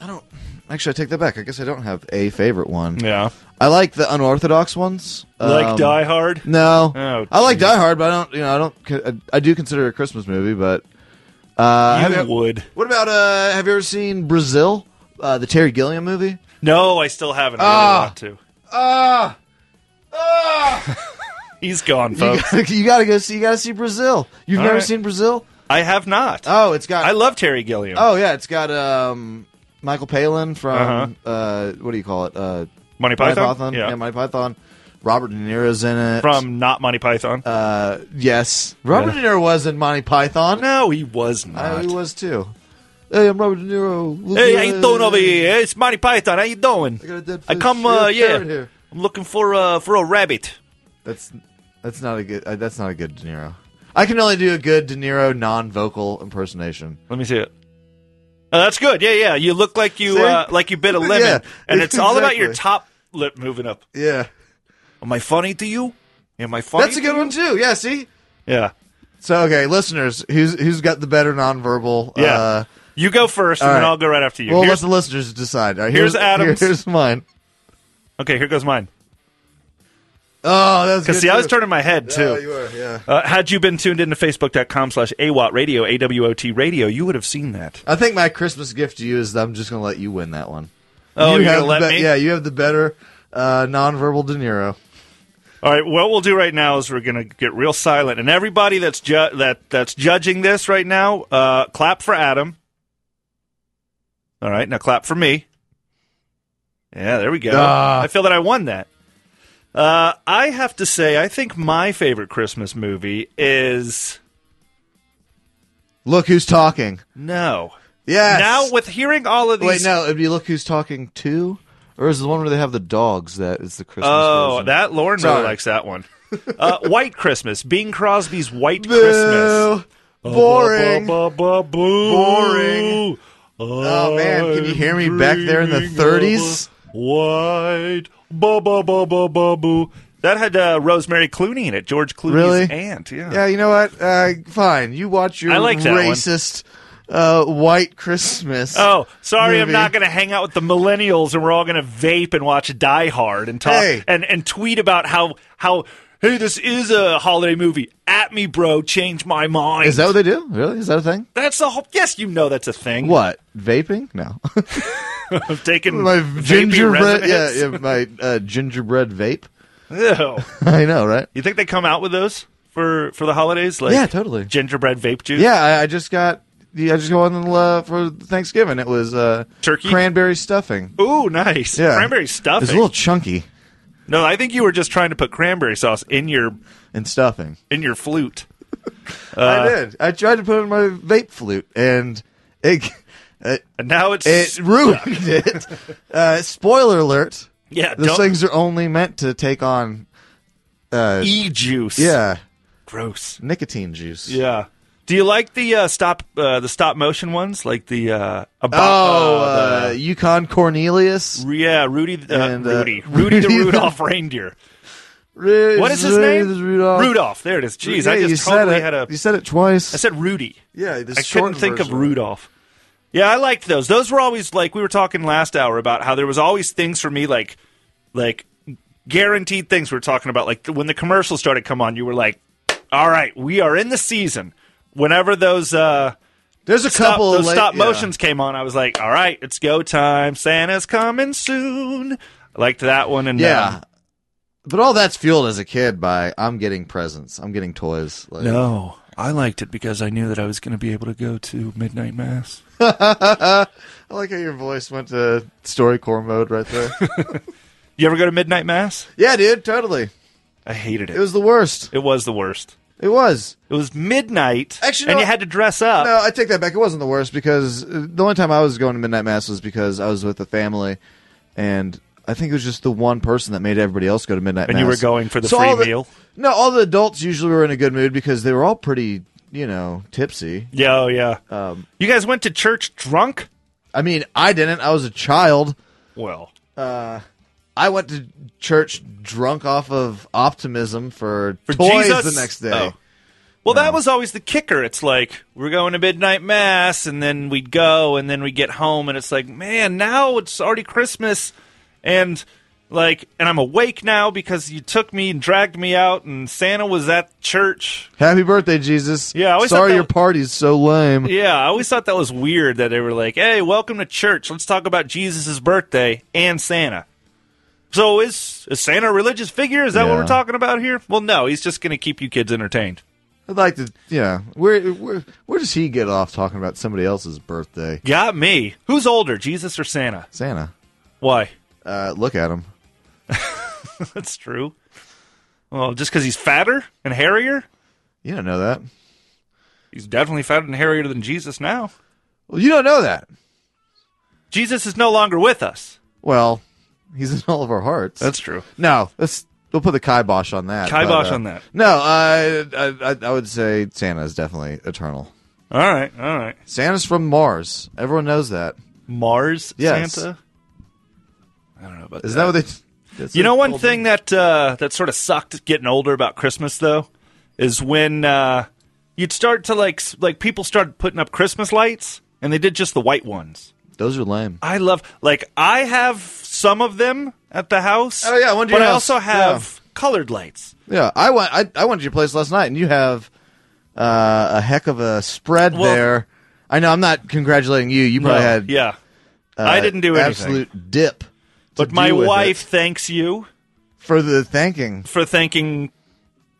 Speaker 2: I don't. Actually, I take that back. I guess I don't have a favorite one.
Speaker 6: yeah.
Speaker 2: I like the unorthodox ones.
Speaker 6: Like
Speaker 2: Um,
Speaker 6: Die Hard.
Speaker 2: No,
Speaker 6: Oh,
Speaker 2: I like
Speaker 6: geez.
Speaker 2: Die Hard, but I don't. You know, I don't. con- I, I do consider it a Christmas movie, but uh,
Speaker 6: You
Speaker 2: have you-
Speaker 6: would.
Speaker 2: What about? Uh, have you ever seen Brazil? Uh, the Terry Gilliam movie.
Speaker 6: No, I still haven't. I really
Speaker 2: Ah.
Speaker 6: want to. He's gone,
Speaker 2: Ah. You
Speaker 6: folks.
Speaker 2: gotta, you gotta go see. You gotta see Brazil. You've
Speaker 6: All
Speaker 2: never
Speaker 6: right.
Speaker 2: seen Brazil?
Speaker 6: I have not.
Speaker 2: Oh, it's got.
Speaker 6: I love Terry Gilliam.
Speaker 2: oh yeah, it's got um, Michael Palin from uh, what do you call it? Uh,
Speaker 6: Uh-huh. Monty
Speaker 2: Monty
Speaker 6: Python.
Speaker 2: Yeah.
Speaker 6: Yeah.
Speaker 2: Monty Python. Robert De Niro's in it.
Speaker 6: From not Monty Python.
Speaker 2: uh, yes, Robert
Speaker 6: Yeah.
Speaker 2: De Niro was in Monty Python.
Speaker 6: no, he was not.
Speaker 2: Uh, he was too. Hey, I'm Robert De Niro. Look
Speaker 6: Hey,
Speaker 2: at-
Speaker 6: how you doing over here? It's Monty Python. How you doing?
Speaker 2: I got a dead
Speaker 6: I
Speaker 2: fish.
Speaker 6: come,
Speaker 2: You're
Speaker 6: uh,
Speaker 2: a
Speaker 6: yeah.
Speaker 2: parrot here.
Speaker 6: I'm looking for uh for a rabbit.
Speaker 2: That's that's not a good. Uh, that's not a good De Niro. I can only do a good De Niro non-vocal impersonation.
Speaker 6: Let me see it. Uh, that's good. Yeah, yeah. You look like you
Speaker 2: See?
Speaker 6: uh, like you bit a lemon,
Speaker 2: Yeah,
Speaker 6: and it's all about your
Speaker 2: exactly.
Speaker 6: top lip moving up.
Speaker 2: Yeah,
Speaker 6: Am I funny to you? Am I funny?
Speaker 2: that's a good one too. Yeah, see.
Speaker 6: Yeah,
Speaker 2: So okay, listeners, who's who's got the better non-verbal?
Speaker 6: yeah.
Speaker 2: Uh,
Speaker 6: you go first, and
Speaker 2: all
Speaker 6: then
Speaker 2: right.
Speaker 6: I'll go right after you.
Speaker 2: well, let
Speaker 6: Here's-
Speaker 2: the listeners decide. All right,
Speaker 6: here's
Speaker 2: here's
Speaker 6: Adam's.
Speaker 2: here- here's mine.
Speaker 6: okay, here goes mine.
Speaker 2: Oh, that's
Speaker 6: Because see, I was turning my head too.
Speaker 2: you were, yeah.
Speaker 6: Uh, had you been tuned into facebook.com slash awat radio, AWOT radio, you would have seen that.
Speaker 2: I think my Christmas gift to you is that I'm just going to let you win that one.
Speaker 6: Oh,
Speaker 2: you
Speaker 6: you're
Speaker 2: have
Speaker 6: gonna let
Speaker 2: the,
Speaker 6: me?
Speaker 2: Yeah, you have the better uh, nonverbal De Niro.
Speaker 6: All right, what we'll do right now is we're going to get real silent, and everybody that's ju- that that's judging this right now, uh, clap for Adam. All right, now clap for me. Yeah, there we go.
Speaker 2: Ah.
Speaker 6: I feel that I won that. Uh, I have to say, I think my favorite Christmas movie is
Speaker 2: Look who's talking.
Speaker 6: no.
Speaker 2: Yes.
Speaker 6: Now with hearing all of these,
Speaker 2: wait, no, it'd be look who's talking to, or is it the one where they have the dogs that is the Christmas?
Speaker 6: Oh,
Speaker 2: version?
Speaker 6: that Lauren really
Speaker 2: Sorry.
Speaker 6: likes that one. Uh, White Christmas, Bing Crosby's White
Speaker 2: Boo.
Speaker 6: Christmas.
Speaker 2: Boring.
Speaker 6: Boring.
Speaker 2: Boring. Oh, man, can you hear me back there in the 30s?
Speaker 6: White. Ba ba ba ba ba boo. That had uh, Rosemary Clooney in it. George Clooney's
Speaker 2: Really?
Speaker 6: aunt. Yeah.
Speaker 2: Yeah, you know what? Uh, fine. You watch your
Speaker 6: I like that one.
Speaker 2: racist uh, white Christmas.
Speaker 6: Oh, sorry, I'm
Speaker 2: movie.
Speaker 6: not going to hang out with the millennials, and we're all going to vape and watch Die Hard and talk
Speaker 2: Hey.
Speaker 6: and, and tweet about how how hey, this is a holiday movie. At me, bro, change my mind.
Speaker 2: Is that what they do? Really? Is that a thing?
Speaker 6: that's the whole? Yes, you know that's a thing.
Speaker 2: What? Vaping? No.
Speaker 6: I've taken
Speaker 2: my
Speaker 6: vaping
Speaker 2: gingerbread. Yeah,
Speaker 6: resonance.
Speaker 2: yeah, my uh, gingerbread vape.
Speaker 6: Ew.
Speaker 2: I know, right?
Speaker 6: You think they come out with those for for the holidays? Like
Speaker 2: Yeah, totally.
Speaker 6: Gingerbread vape juice.
Speaker 2: Yeah, I, I just got. Yeah, I just got one uh, for Thanksgiving. It was uh,
Speaker 6: Turkey?
Speaker 2: cranberry stuffing.
Speaker 6: Ooh, nice.
Speaker 2: Yeah,
Speaker 6: Cranberry stuffing.
Speaker 2: It's a little chunky
Speaker 6: no, I think you were just trying to put cranberry sauce in your
Speaker 2: and stuffing.
Speaker 6: in your flute. Uh,
Speaker 2: I did. I tried to put it in my vape flute, and it it,
Speaker 6: And now it's
Speaker 2: it ruined it. Uh, spoiler alert:
Speaker 6: yeah,
Speaker 2: Those
Speaker 6: don't
Speaker 2: things are only meant to take on, uh,
Speaker 6: e juice.
Speaker 2: yeah,
Speaker 6: gross.
Speaker 2: nicotine juice.
Speaker 6: Yeah. Do you like the uh, stop uh, the stop motion ones like the uh, about,
Speaker 2: Oh,
Speaker 6: uh,
Speaker 2: uh, Yukon Cornelius.
Speaker 6: the- yeah Rudy uh,
Speaker 2: and, uh,
Speaker 6: Rudy Rudy the
Speaker 2: Rudy the-
Speaker 6: Rudolph reindeer. What is his name?
Speaker 2: Rudolph.
Speaker 6: There it is. Jeez,
Speaker 2: Yeah,
Speaker 6: I
Speaker 2: you
Speaker 6: just
Speaker 2: said
Speaker 6: totally
Speaker 2: it.
Speaker 6: had a.
Speaker 2: You said it twice.
Speaker 6: I said Rudy.
Speaker 2: yeah, this
Speaker 6: I couldn't think of Rudolph. Yeah, I liked those. Those were always like we were talking last hour about how there was always things for me like like guaranteed things we were talking about like when the commercials started to come on you were like all right, we are in the season. Whenever those uh
Speaker 2: There's a
Speaker 6: stop,
Speaker 2: couple
Speaker 6: those
Speaker 2: of late-
Speaker 6: stop
Speaker 2: yeah.
Speaker 6: motions came on, I was like, all right, it's go time. Santa's coming soon. I liked that one and
Speaker 2: Yeah.
Speaker 6: um,
Speaker 2: But all that's fueled as a kid by I'm getting presents. I'm getting toys. Like,
Speaker 6: no, I liked it because I knew that I was going to be able to go to midnight mass.
Speaker 2: I like how your voice went to storycore mode right there.
Speaker 6: You ever go to midnight mass?
Speaker 2: yeah, dude, totally.
Speaker 6: I hated it.
Speaker 2: It was the worst.
Speaker 6: it was the worst.
Speaker 2: It was.
Speaker 6: It was midnight,
Speaker 2: Actually,
Speaker 6: and
Speaker 2: no.
Speaker 6: you had to dress up.
Speaker 2: No, I take that back. It wasn't the worst because uh, the only time I was going to midnight mass was because I was with the family, and I think it was just the one person that made everybody else go to midnight.
Speaker 6: And
Speaker 2: mass.
Speaker 6: you were going for the
Speaker 2: So
Speaker 6: free
Speaker 2: all
Speaker 6: meal?
Speaker 2: No, all the adults usually were in a good mood because they were all pretty, you know, tipsy.
Speaker 6: Yeah, oh, yeah. you guys went to church drunk?
Speaker 2: I mean, I didn't. I was a child. Uh,
Speaker 6: Well,
Speaker 2: I went to church drunk off of optimism for,
Speaker 6: for
Speaker 2: toys
Speaker 6: Jesus?
Speaker 2: the next day.
Speaker 6: Oh. Well, that was always the kicker. It's like we're going to midnight mass, and then we'd go, and then we get home, and it's like, man, now it's already Christmas, and like, and I'm awake now because you took me and dragged me out, and Santa was at church.
Speaker 2: Happy birthday, Jesus!
Speaker 6: Yeah, I always thought
Speaker 2: sorry
Speaker 6: that-
Speaker 2: your party's so lame.
Speaker 6: Yeah, I always thought that was weird that they were like, "Hey, welcome to church. Let's talk about Jesus' birthday and Santa." So is is Santa a religious figure? Is that what
Speaker 2: Yeah.
Speaker 6: we're talking about here? Well, no, he's just going to keep you kids entertained.
Speaker 2: I'd like to, yeah. Where, where where does he get off talking about somebody else's birthday?
Speaker 6: Got me. Who's older, Jesus or Santa?
Speaker 2: Santa.
Speaker 6: Why?
Speaker 2: Uh, look at him.
Speaker 6: That's true. Well, just because he's fatter and hairier,
Speaker 2: You don't know that.
Speaker 6: he's definitely fatter and hairier than Jesus now.
Speaker 2: Well, you don't know that.
Speaker 6: Jesus is no longer with us.
Speaker 2: Well, he's in all of our hearts.
Speaker 6: true.
Speaker 2: no. Let's we'll put the kibosh on that.
Speaker 6: Kibosh
Speaker 2: but, uh,
Speaker 6: on that.
Speaker 2: No, I, I I- I would say Santa is definitely eternal.
Speaker 6: All right, all right.
Speaker 2: Santa's from Mars. Everyone knows that.
Speaker 6: Mars
Speaker 2: Yes.
Speaker 6: Santa. I don't know about
Speaker 2: Isn't
Speaker 6: that.
Speaker 2: that what they? that's
Speaker 6: Uh, You know,
Speaker 2: what
Speaker 6: one
Speaker 2: told
Speaker 6: thing
Speaker 2: me.
Speaker 6: that uh, that sort of sucked getting older about Christmas though is when uh, you'd start to like s- like people started putting up Christmas lights and they did just the white ones.
Speaker 2: Those are lame.
Speaker 6: I love like I have some of them at the house.
Speaker 2: Oh, yeah, I went to
Speaker 6: but
Speaker 2: your
Speaker 6: I
Speaker 2: house.
Speaker 6: also have colored lights.
Speaker 2: Yeah, I went. I, I went to your place last night, and you have uh, a heck of a spread
Speaker 6: Well-
Speaker 2: there. I know. I'm not congratulating you. You probably
Speaker 6: No,
Speaker 2: had.
Speaker 6: yeah.
Speaker 2: uh,
Speaker 6: I didn't do anything.
Speaker 2: Absolute dip. to
Speaker 6: But
Speaker 2: do
Speaker 6: my
Speaker 2: with it
Speaker 6: wife thanks you
Speaker 2: for the thanking.
Speaker 6: for thanking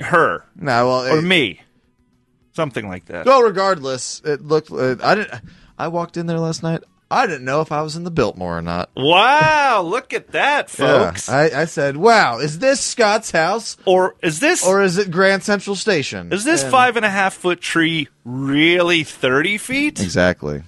Speaker 6: her
Speaker 2: No, well,
Speaker 6: or
Speaker 2: it-
Speaker 6: me, something like that.
Speaker 2: Well, regardless, it looked. Uh, I didn't. I walked in there last night. I didn't know if I was in the Biltmore or not.
Speaker 6: Wow, look at that,
Speaker 2: Yeah.
Speaker 6: folks.
Speaker 2: I, I said, "Wow, is this Scott's house
Speaker 6: or is this
Speaker 2: or is it Grand Central Station?"
Speaker 6: Is this
Speaker 2: And-
Speaker 6: five and a half foot tree really thirty feet?
Speaker 2: Exactly.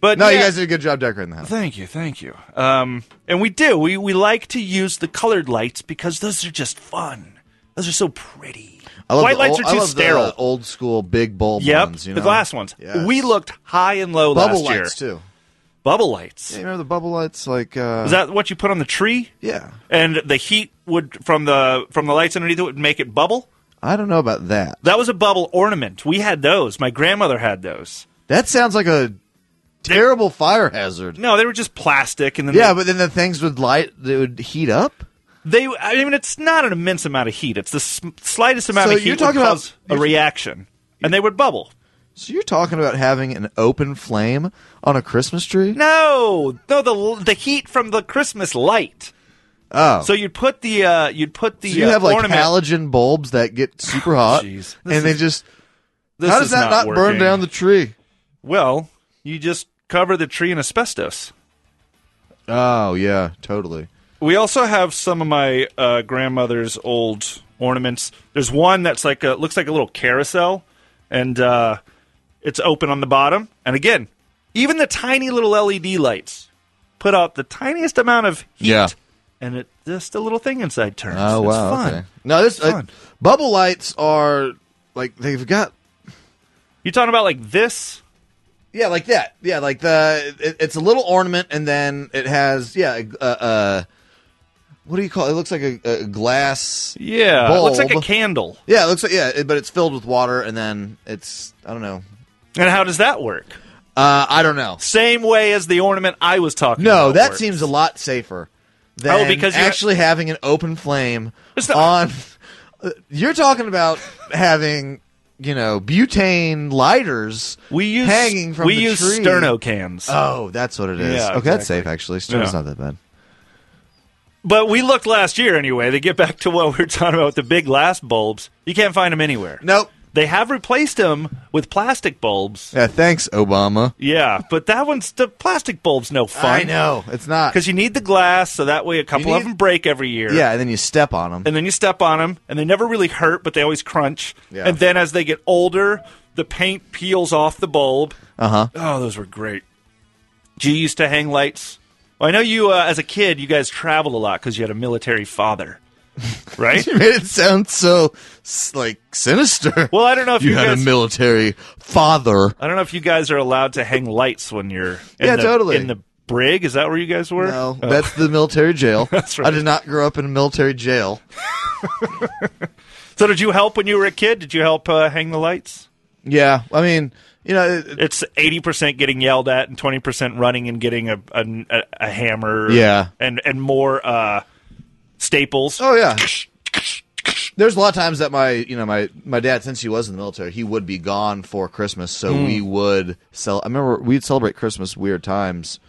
Speaker 6: But
Speaker 2: No, you
Speaker 6: yeah-
Speaker 2: guys did a good job decorating the house.
Speaker 6: Thank you, thank you. Um, and we do. We we like to use the colored lights because those are just fun. Those are so pretty.
Speaker 2: I love
Speaker 6: White
Speaker 2: the
Speaker 6: lights
Speaker 2: old-
Speaker 6: are too
Speaker 2: I love the
Speaker 6: sterile.
Speaker 2: old school big bulb
Speaker 6: yep,
Speaker 2: ones. You
Speaker 6: the
Speaker 2: know?
Speaker 6: glass ones.
Speaker 2: Yes.
Speaker 6: We looked high and low
Speaker 2: bubble
Speaker 6: last year.
Speaker 2: lights too.
Speaker 6: Bubble lights.
Speaker 2: Yeah, you remember the bubble lights? Like uh,
Speaker 6: Is that what you put on the tree?
Speaker 2: Yeah,
Speaker 6: And the heat would from the from the lights underneath it would make it bubble.
Speaker 2: I don't know about that.
Speaker 6: That was a bubble ornament. We had those. My grandmother had those.
Speaker 2: That sounds like a terrible fire hazard.
Speaker 6: No, they were just plastic, and then
Speaker 2: Yeah,
Speaker 6: they,
Speaker 2: but then the things would light. They would heat up.
Speaker 6: they. I mean, it's not an immense amount of heat. It's the s- slightest amount
Speaker 2: So
Speaker 6: of heat
Speaker 2: you're
Speaker 6: would
Speaker 2: talking about-
Speaker 6: cause a
Speaker 2: you're-
Speaker 6: reaction, and they would bubble.
Speaker 2: So you're talking about having an open flame on a Christmas tree?
Speaker 6: No, no, the the heat from the Christmas light.
Speaker 2: Oh.
Speaker 6: So you'd put the uh, you'd put the
Speaker 2: So you
Speaker 6: uh,
Speaker 2: have like
Speaker 6: ornament. Oh,
Speaker 2: halogen bulbs that get super hot,
Speaker 6: jeez.
Speaker 2: and
Speaker 6: This
Speaker 2: they
Speaker 6: is-
Speaker 2: just
Speaker 6: This
Speaker 2: how does
Speaker 6: is
Speaker 2: that not, burn
Speaker 6: working.
Speaker 2: down the tree?
Speaker 6: Well, you just cover the tree in asbestos.
Speaker 2: Oh yeah, totally.
Speaker 6: We also have some of my uh, grandmother's old ornaments. There's one that's like a, looks like a little carousel, and uh, it's open on the bottom. And again, even the tiny little LED lights put out the tiniest amount of heat,
Speaker 2: Yeah.
Speaker 6: and it just a little thing inside turns.
Speaker 2: Oh
Speaker 6: it's
Speaker 2: wow.
Speaker 6: fun.
Speaker 2: Okay. No, this uh,
Speaker 6: fun.
Speaker 2: bubble lights are like they've got
Speaker 6: You talking about like this?
Speaker 2: yeah, like that. Yeah, like the it, it's a little ornament, and then it has yeah, uh, uh what do you call? It, it looks like a, a glass.
Speaker 6: Yeah, it looks like a
Speaker 2: Bulb.
Speaker 6: candle.
Speaker 2: Yeah, it looks like yeah, it, but it's filled with water, and then it's I don't know.
Speaker 6: And how does that work?
Speaker 2: Uh, I don't know.
Speaker 6: Same way as the ornament I was talking about.
Speaker 2: No, that
Speaker 6: works. Oh,
Speaker 2: seems a lot safer than
Speaker 6: because you ha-
Speaker 2: actually having an open flame
Speaker 6: It's not-
Speaker 2: on. You're talking about having, you know, butane lighters
Speaker 6: we use
Speaker 2: hanging from
Speaker 6: we
Speaker 2: the
Speaker 6: use
Speaker 2: tree.
Speaker 6: sterno cans.
Speaker 2: Oh, that's what it is.
Speaker 6: Yeah,
Speaker 2: okay,
Speaker 6: exactly.
Speaker 2: that's safe actually. Sterno's
Speaker 6: Yeah.
Speaker 2: not that bad.
Speaker 6: But we looked last year anyway. To get back to what we were talking about with the big glass bulbs, you can't find them anywhere.
Speaker 2: Nope.
Speaker 6: They have replaced them with plastic bulbs.
Speaker 2: Yeah, thanks, Obama.
Speaker 6: Yeah, but that one's the plastic bulb's no fun.
Speaker 2: I know it's not.
Speaker 6: Because you need the glass, so that way a couple of
Speaker 2: need-
Speaker 6: them break every year.
Speaker 2: Yeah, and then you step on them.
Speaker 6: And then you step on them, and they never really hurt, but they always crunch.
Speaker 2: Yeah.
Speaker 6: And then as they get older, the paint peels off the bulb.
Speaker 2: Uh huh.
Speaker 6: Oh, those were great. Do you used to hang lights? Well, I know you, uh, as a kid, you guys traveled a lot because you had a military father, right?
Speaker 2: You made it sound so s- like sinister.
Speaker 6: Well, I don't know if you,
Speaker 2: you had
Speaker 6: guys.
Speaker 2: a military father.
Speaker 6: I don't know if you guys are allowed to hang lights when you're in
Speaker 2: Yeah,
Speaker 6: the,
Speaker 2: totally.
Speaker 6: in the brig. Is that where you guys were?
Speaker 2: No,
Speaker 6: Oh.
Speaker 2: that's the military jail.
Speaker 6: That's right.
Speaker 2: I did not grow up in a military jail.
Speaker 6: so did you help when you were a kid? Did you help uh, hang the lights?
Speaker 2: Yeah, I mean, you know, it- it-
Speaker 6: It's eighty percent getting yelled at and twenty percent running and getting a a, a- a hammer.
Speaker 2: Yeah.
Speaker 6: and and more uh, staples.
Speaker 2: oh yeah. There's a lot of times that my, you know, my my dad, since he was in the military, he would be gone for Christmas, so
Speaker 6: Hmm.
Speaker 2: we would sell. I remember we'd celebrate Christmas weird times.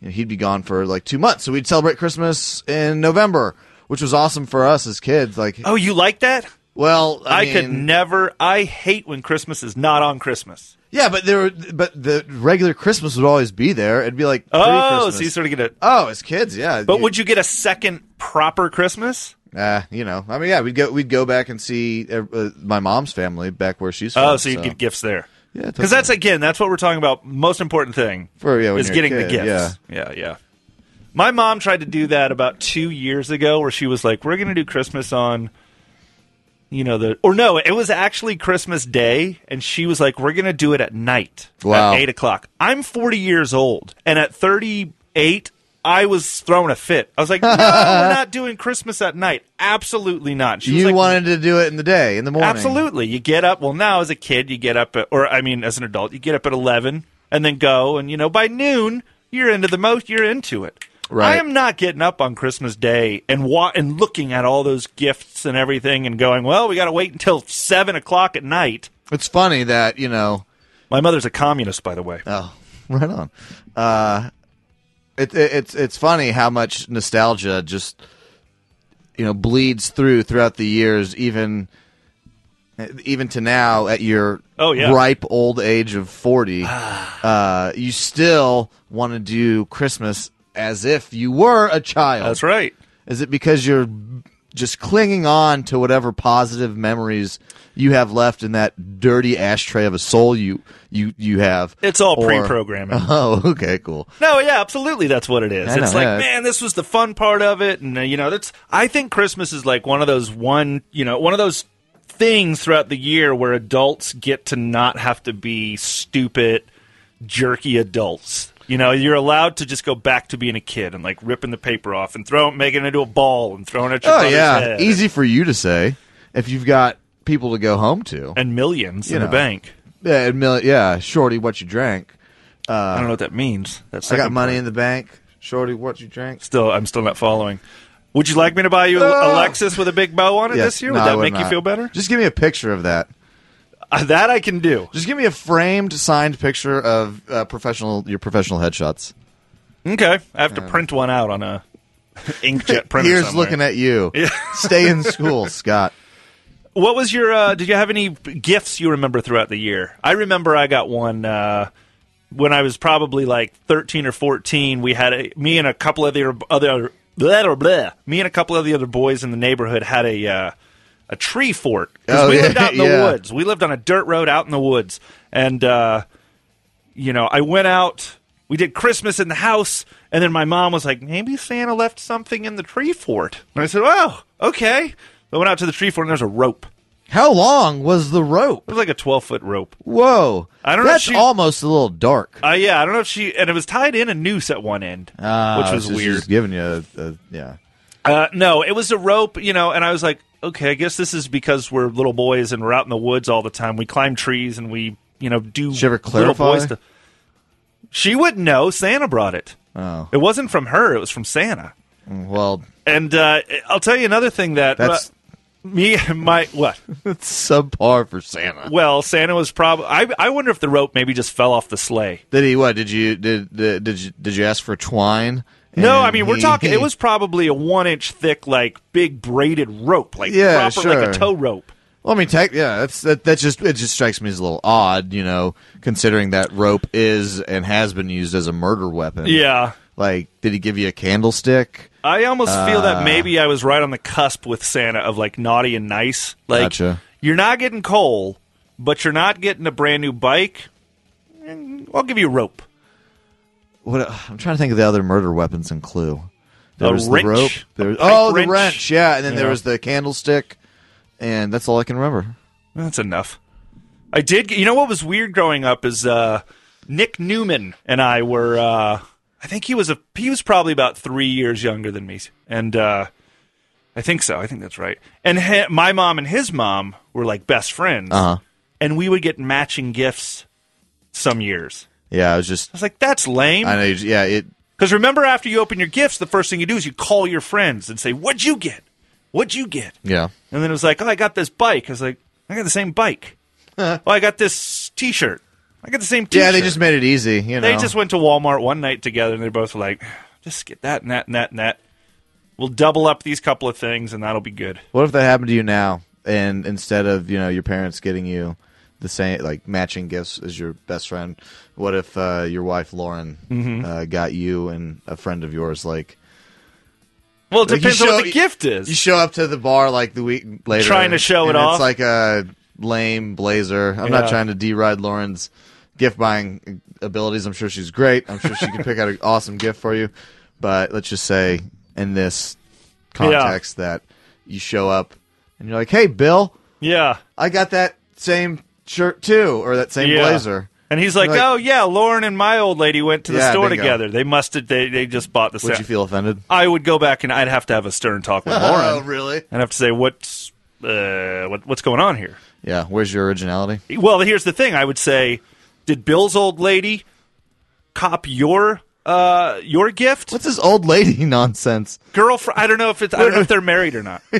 Speaker 2: You know, he'd be gone for like two months, so we'd celebrate Christmas in November, which was awesome for us as kids. Like,
Speaker 6: Oh, you like that?
Speaker 2: well, I,
Speaker 6: I, could
Speaker 2: mean-
Speaker 6: never. I hate when Christmas is not on Christmas.
Speaker 2: yeah, but there, were, but the regular Christmas would always be there. It'd be like,
Speaker 6: Oh,
Speaker 2: pre-Christmas.
Speaker 6: so you sort of get a.
Speaker 2: oh, as kids, yeah.
Speaker 6: But would you get a second proper Christmas?
Speaker 2: Uh, you know, I mean, yeah, we'd go we'd go back and see uh, uh, my mom's family back where she's from.
Speaker 6: Oh, so you'd get gifts there.
Speaker 2: Yeah,
Speaker 6: because that's again, that's what we're talking about. Most important thing
Speaker 2: For- yeah, when
Speaker 6: is
Speaker 2: you're a
Speaker 6: getting the
Speaker 2: kid,
Speaker 6: gifts. Yeah. yeah, My mom tried to do that about two years ago, where she was like, "We're going to do Christmas on." You know the or no, it was actually Christmas Day, and she was like, "We're gonna do it at night
Speaker 2: Wow.
Speaker 6: at eight o'clock." I'm 40 years old, and at 38, I was throwing a fit. I was like, "No, we're not doing Christmas at night. Absolutely not." She was
Speaker 2: you
Speaker 6: like,
Speaker 2: wanted to do it in the day, in the morning.
Speaker 6: Absolutely. You get up. Well, now as a kid, you get up, at, or I mean, as an adult, you get up at eleven and then go, and you know, by noon, you're into the most. You're into it.
Speaker 2: Right.
Speaker 6: I am not getting up on Christmas Day and wa- and looking at all those gifts and everything and going, well, we got to wait until seven o'clock at night.
Speaker 2: It's funny that you know.
Speaker 6: My mother's a communist, by the way.
Speaker 2: Oh, right on. Uh, it, it, it's it's funny how much nostalgia just you know bleeds through throughout the years, even even to now at your
Speaker 6: Oh, yeah.
Speaker 2: ripe old age of forty. uh, you still want to do Christmas as if you were a child.
Speaker 6: That's right.
Speaker 2: Is it because you're just clinging on to whatever positive memories you have left in that dirty ashtray of a soul you you you have.
Speaker 6: It's all
Speaker 2: Or-
Speaker 6: pre-programming.
Speaker 2: Oh, okay, cool.
Speaker 6: No, yeah, absolutely. That's what it is.
Speaker 2: I know,
Speaker 6: it's like,
Speaker 2: yeah.
Speaker 6: man, this was the fun part of it, and uh, you know, that's. I think Christmas is like one of those one, you know, one of those things throughout the year where adults get to not have to be stupid, jerky adults. You know, you're allowed to just go back to being a kid and like ripping the paper off and throwing, making it into a ball and throwing it at your
Speaker 2: Oh
Speaker 6: brother's
Speaker 2: yeah,
Speaker 6: head.
Speaker 2: easy for you to say if you've got people to go home to.
Speaker 6: and millions
Speaker 2: You
Speaker 6: in
Speaker 2: know.
Speaker 6: the bank.
Speaker 2: Yeah, and mil- yeah, shorty, what you drank?
Speaker 6: I don't know what that means. That's
Speaker 2: Uh, I got money in the bank. Shorty, what you drank?
Speaker 6: Still, I'm still not following. Would you like me to buy you a
Speaker 2: Ah!
Speaker 6: a Lexus with a big bow on it
Speaker 2: Yes.
Speaker 6: this year? Would
Speaker 2: No, I
Speaker 6: that make you
Speaker 2: not.
Speaker 6: feel better?
Speaker 2: Just give me a picture of that.
Speaker 6: Uh, that I can do.
Speaker 2: Just give me a framed, signed picture of uh, professional your professional headshots.
Speaker 6: Okay, I have to print one out on a inkjet printer.
Speaker 2: Uh. Here's looking at you. Stay in school, Scott.
Speaker 6: What was your? Uh, did you have any gifts you remember throughout the year? I remember I got one uh, when I was probably like thirteen or fourteen. We had a, me and a couple of the other blah, blah, blah. me and a couple of the other boys in the neighborhood had a uh, a tree fort 'Cause
Speaker 2: Oh,
Speaker 6: we
Speaker 2: yeah,
Speaker 6: lived out in the
Speaker 2: yeah.
Speaker 6: woods. We lived on a dirt road out in the woods, and uh, you know, I went out. We did Christmas in the house, and then my mom was like, "Maybe Santa left something in the tree fort." And I said, "Oh, okay." I went out to the tree fort, and there's a rope.
Speaker 2: How long was the rope?
Speaker 6: It was like a twelve foot rope.
Speaker 2: Whoa.
Speaker 6: I don't know if
Speaker 2: That's
Speaker 6: she-
Speaker 2: almost a little dark.
Speaker 6: Uh, yeah, I don't know if she and it was tied in a noose at one end,
Speaker 2: Ah,
Speaker 6: which was
Speaker 2: it's just-
Speaker 6: weird.
Speaker 2: just giving you a, a- yeah.
Speaker 6: Uh, no, it was a rope, you know, and I was like, okay, I guess this is because we're little boys and we're out in the woods all the time. We climb trees and we, you know, do
Speaker 2: She ever
Speaker 6: little
Speaker 2: clarify?
Speaker 6: boy stuff. She wouldn't know. Santa brought it.
Speaker 2: Oh.
Speaker 6: It wasn't from her. It was from Santa.
Speaker 2: Well,
Speaker 6: And uh, I'll tell you another thing that
Speaker 2: That's-
Speaker 6: uh, me my what?
Speaker 2: it's subpar for Santa.
Speaker 6: Well, Santa was probably. I I wonder if the rope maybe just fell off the sleigh.
Speaker 2: Did he what? Did you did did, did you did you ask for twine?
Speaker 6: No,
Speaker 2: And
Speaker 6: I mean we're
Speaker 2: he-
Speaker 6: talking. It was probably a one inch thick, like big braided rope, like
Speaker 2: Yeah,
Speaker 6: proper like
Speaker 2: sure.
Speaker 6: a tow rope.
Speaker 2: Well, I mean, tech, yeah, that's that. That just it just strikes me as a little odd, you know, considering that rope is and has been used as a murder weapon.
Speaker 6: Yeah,
Speaker 2: Like, did he give you a candlestick?
Speaker 6: I almost feel
Speaker 2: Uh.
Speaker 6: that maybe I was right on the cusp with Santa of like naughty and nice. Like
Speaker 2: Gotcha.
Speaker 6: you're not getting coal, but you're not getting a brand new bike. Mm, I'll give you a rope.
Speaker 2: What uh, I'm trying to think of the other murder weapons in Clue. There
Speaker 6: A
Speaker 2: was
Speaker 6: wrench?
Speaker 2: the rope. There was,
Speaker 6: A pipe
Speaker 2: oh, the
Speaker 6: wrench?
Speaker 2: wrench. Yeah, and then there
Speaker 6: Yeah.
Speaker 2: was the candlestick, and that's all I can remember.
Speaker 6: That's enough. I did. get- You know what was weird growing up is uh, Nick Newman and I were. Uh, I think he was a. He was probably about three years younger than me, and uh, I think so. I think that's right. And he, my mom and his mom were like best friends,
Speaker 2: Uh huh.
Speaker 6: and we would get matching gifts some years.
Speaker 2: Yeah, I was just.
Speaker 6: I was like, that's lame.
Speaker 2: I know. you- Yeah, it.
Speaker 6: Because remember, after you open your gifts, the first thing you do is you call your friends and say, "What'd you get? What'd you get?"
Speaker 2: Yeah.
Speaker 6: And then it was like, oh, I got this bike. I was like, I got the same bike. oh, I got this T-shirt. I got the same T-shirt.
Speaker 2: Yeah, they just made it easy. You know.
Speaker 6: They just went to Walmart one night together, and they both were like, just get that and that and that and that. We'll double up these couple of things, and that'll be good.
Speaker 2: What if that happened to you now? And instead of you know your parents getting you the same like matching gifts as your best friend, what if uh, your wife Lauren
Speaker 6: Mm-hmm.
Speaker 2: uh, got you and a friend of yours like
Speaker 6: Well, it
Speaker 2: Like, you
Speaker 6: depends on
Speaker 2: show-
Speaker 6: what the gift is.
Speaker 2: you show up to the bar like the week later,
Speaker 6: Trying to show
Speaker 2: and
Speaker 6: it off.
Speaker 2: It's like a lame blazer. I'm not
Speaker 6: Yeah.
Speaker 2: trying to deride Lauren's gift buying abilities. I'm sure she's great. I'm sure she can pick out an awesome gift for you. But let's just say in this context that you show up and you're like, "Hey, Bill,
Speaker 6: yeah,
Speaker 2: I got that same shirt too, or that same
Speaker 6: yeah.
Speaker 2: blazer."
Speaker 6: And he's like,
Speaker 2: Like-
Speaker 6: oh yeah, Lauren and my old lady went to the
Speaker 2: Yeah,
Speaker 6: store
Speaker 2: bingo.
Speaker 6: together. They must have. They, they just bought the
Speaker 2: Would
Speaker 6: same.
Speaker 2: you feel offended?
Speaker 6: I would go back and I'd have to have a stern talk with
Speaker 2: Oh,
Speaker 6: Lauren.
Speaker 2: really?
Speaker 6: I'd have to say, what's uh, what, what's going on here?
Speaker 2: Yeah. Where's your originality?
Speaker 6: Well, here's the thing. I would say, did Bill's old lady cop your uh, your gift?
Speaker 2: What's this old lady nonsense?
Speaker 6: Girlfriend? I don't know if it's. I don't know if they're married or not.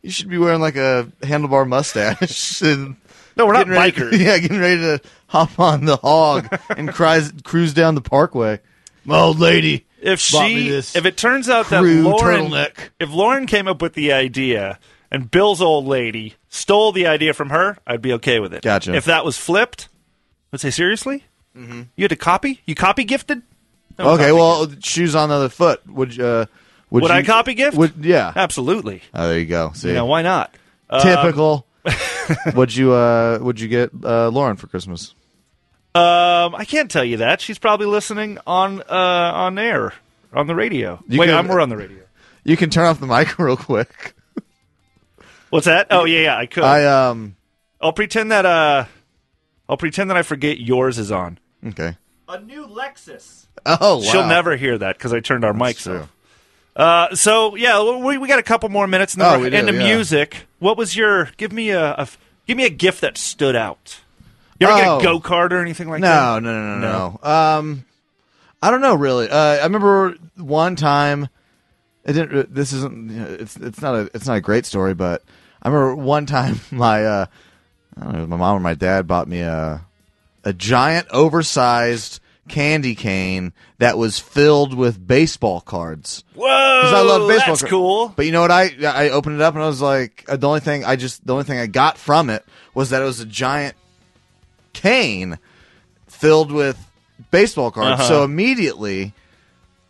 Speaker 2: You should be wearing like a handlebar mustache. and
Speaker 6: No, we're not
Speaker 2: getting ready-
Speaker 6: bikers.
Speaker 2: yeah, getting ready to hop on the hog and cries, cruise down the parkway. My old lady.
Speaker 6: If
Speaker 2: bought me
Speaker 6: she,
Speaker 2: this
Speaker 6: if it turns out that
Speaker 2: crew
Speaker 6: Lauren,
Speaker 2: turtleneck.
Speaker 6: if Lauren came up with the idea and Bill's old lady stole the idea from her, I'd be okay with it.
Speaker 2: Gotcha.
Speaker 6: If that was flipped, I'd say seriously, you had to copy. You copy gifted. No
Speaker 2: okay,
Speaker 6: copy.
Speaker 2: well, shoes on the other foot. Would you, uh,
Speaker 6: Would, I
Speaker 2: you-
Speaker 6: copy gift?
Speaker 2: Would, yeah.
Speaker 6: Absolutely.
Speaker 2: Oh, there you go. See,
Speaker 6: You know, why not? Uh,
Speaker 2: typical. would you uh would you get uh Lauren for Christmas?
Speaker 6: Um, I can't tell you that. She's probably listening on uh, on air, on the radio.
Speaker 2: You
Speaker 6: Wait,
Speaker 2: could-
Speaker 6: I'm, we're on the radio.
Speaker 2: You can turn off the mic real quick.
Speaker 6: What's that? Oh yeah, yeah. I could.
Speaker 2: I um
Speaker 6: I'll pretend that. Uh, I'll pretend that I forget yours is on.
Speaker 2: okay.
Speaker 6: A new Lexus.
Speaker 2: Oh, wow.
Speaker 6: She'll never hear that because I turned our mics
Speaker 2: true.
Speaker 6: off. Uh, so yeah, we, we got a couple more minutes and
Speaker 2: Oh,
Speaker 6: then
Speaker 2: we
Speaker 6: we're
Speaker 2: do,
Speaker 6: into
Speaker 2: yeah.
Speaker 6: music. What was your? Give me a, a f- give me a gift that stood out. You ever
Speaker 2: Oh.
Speaker 6: get a go kart or anything like
Speaker 2: No,
Speaker 6: that?
Speaker 2: no, no, no, no. Um, I don't know really. Uh, I remember one time. It didn't. re- This isn't. you know, It's it's not a it's not a great story, but I remember one time my uh, I don't know, my mom or my dad bought me a a giant oversized candy cane that was filled with baseball cards.
Speaker 6: Whoa,
Speaker 2: 'Cause I love baseball.
Speaker 6: That's cool.
Speaker 2: But you know what? I I opened it up and I was like, uh, the only thing I just the only thing I got from it was that it was a giant cane filled with baseball cards.
Speaker 6: Uh-huh.
Speaker 2: So immediately,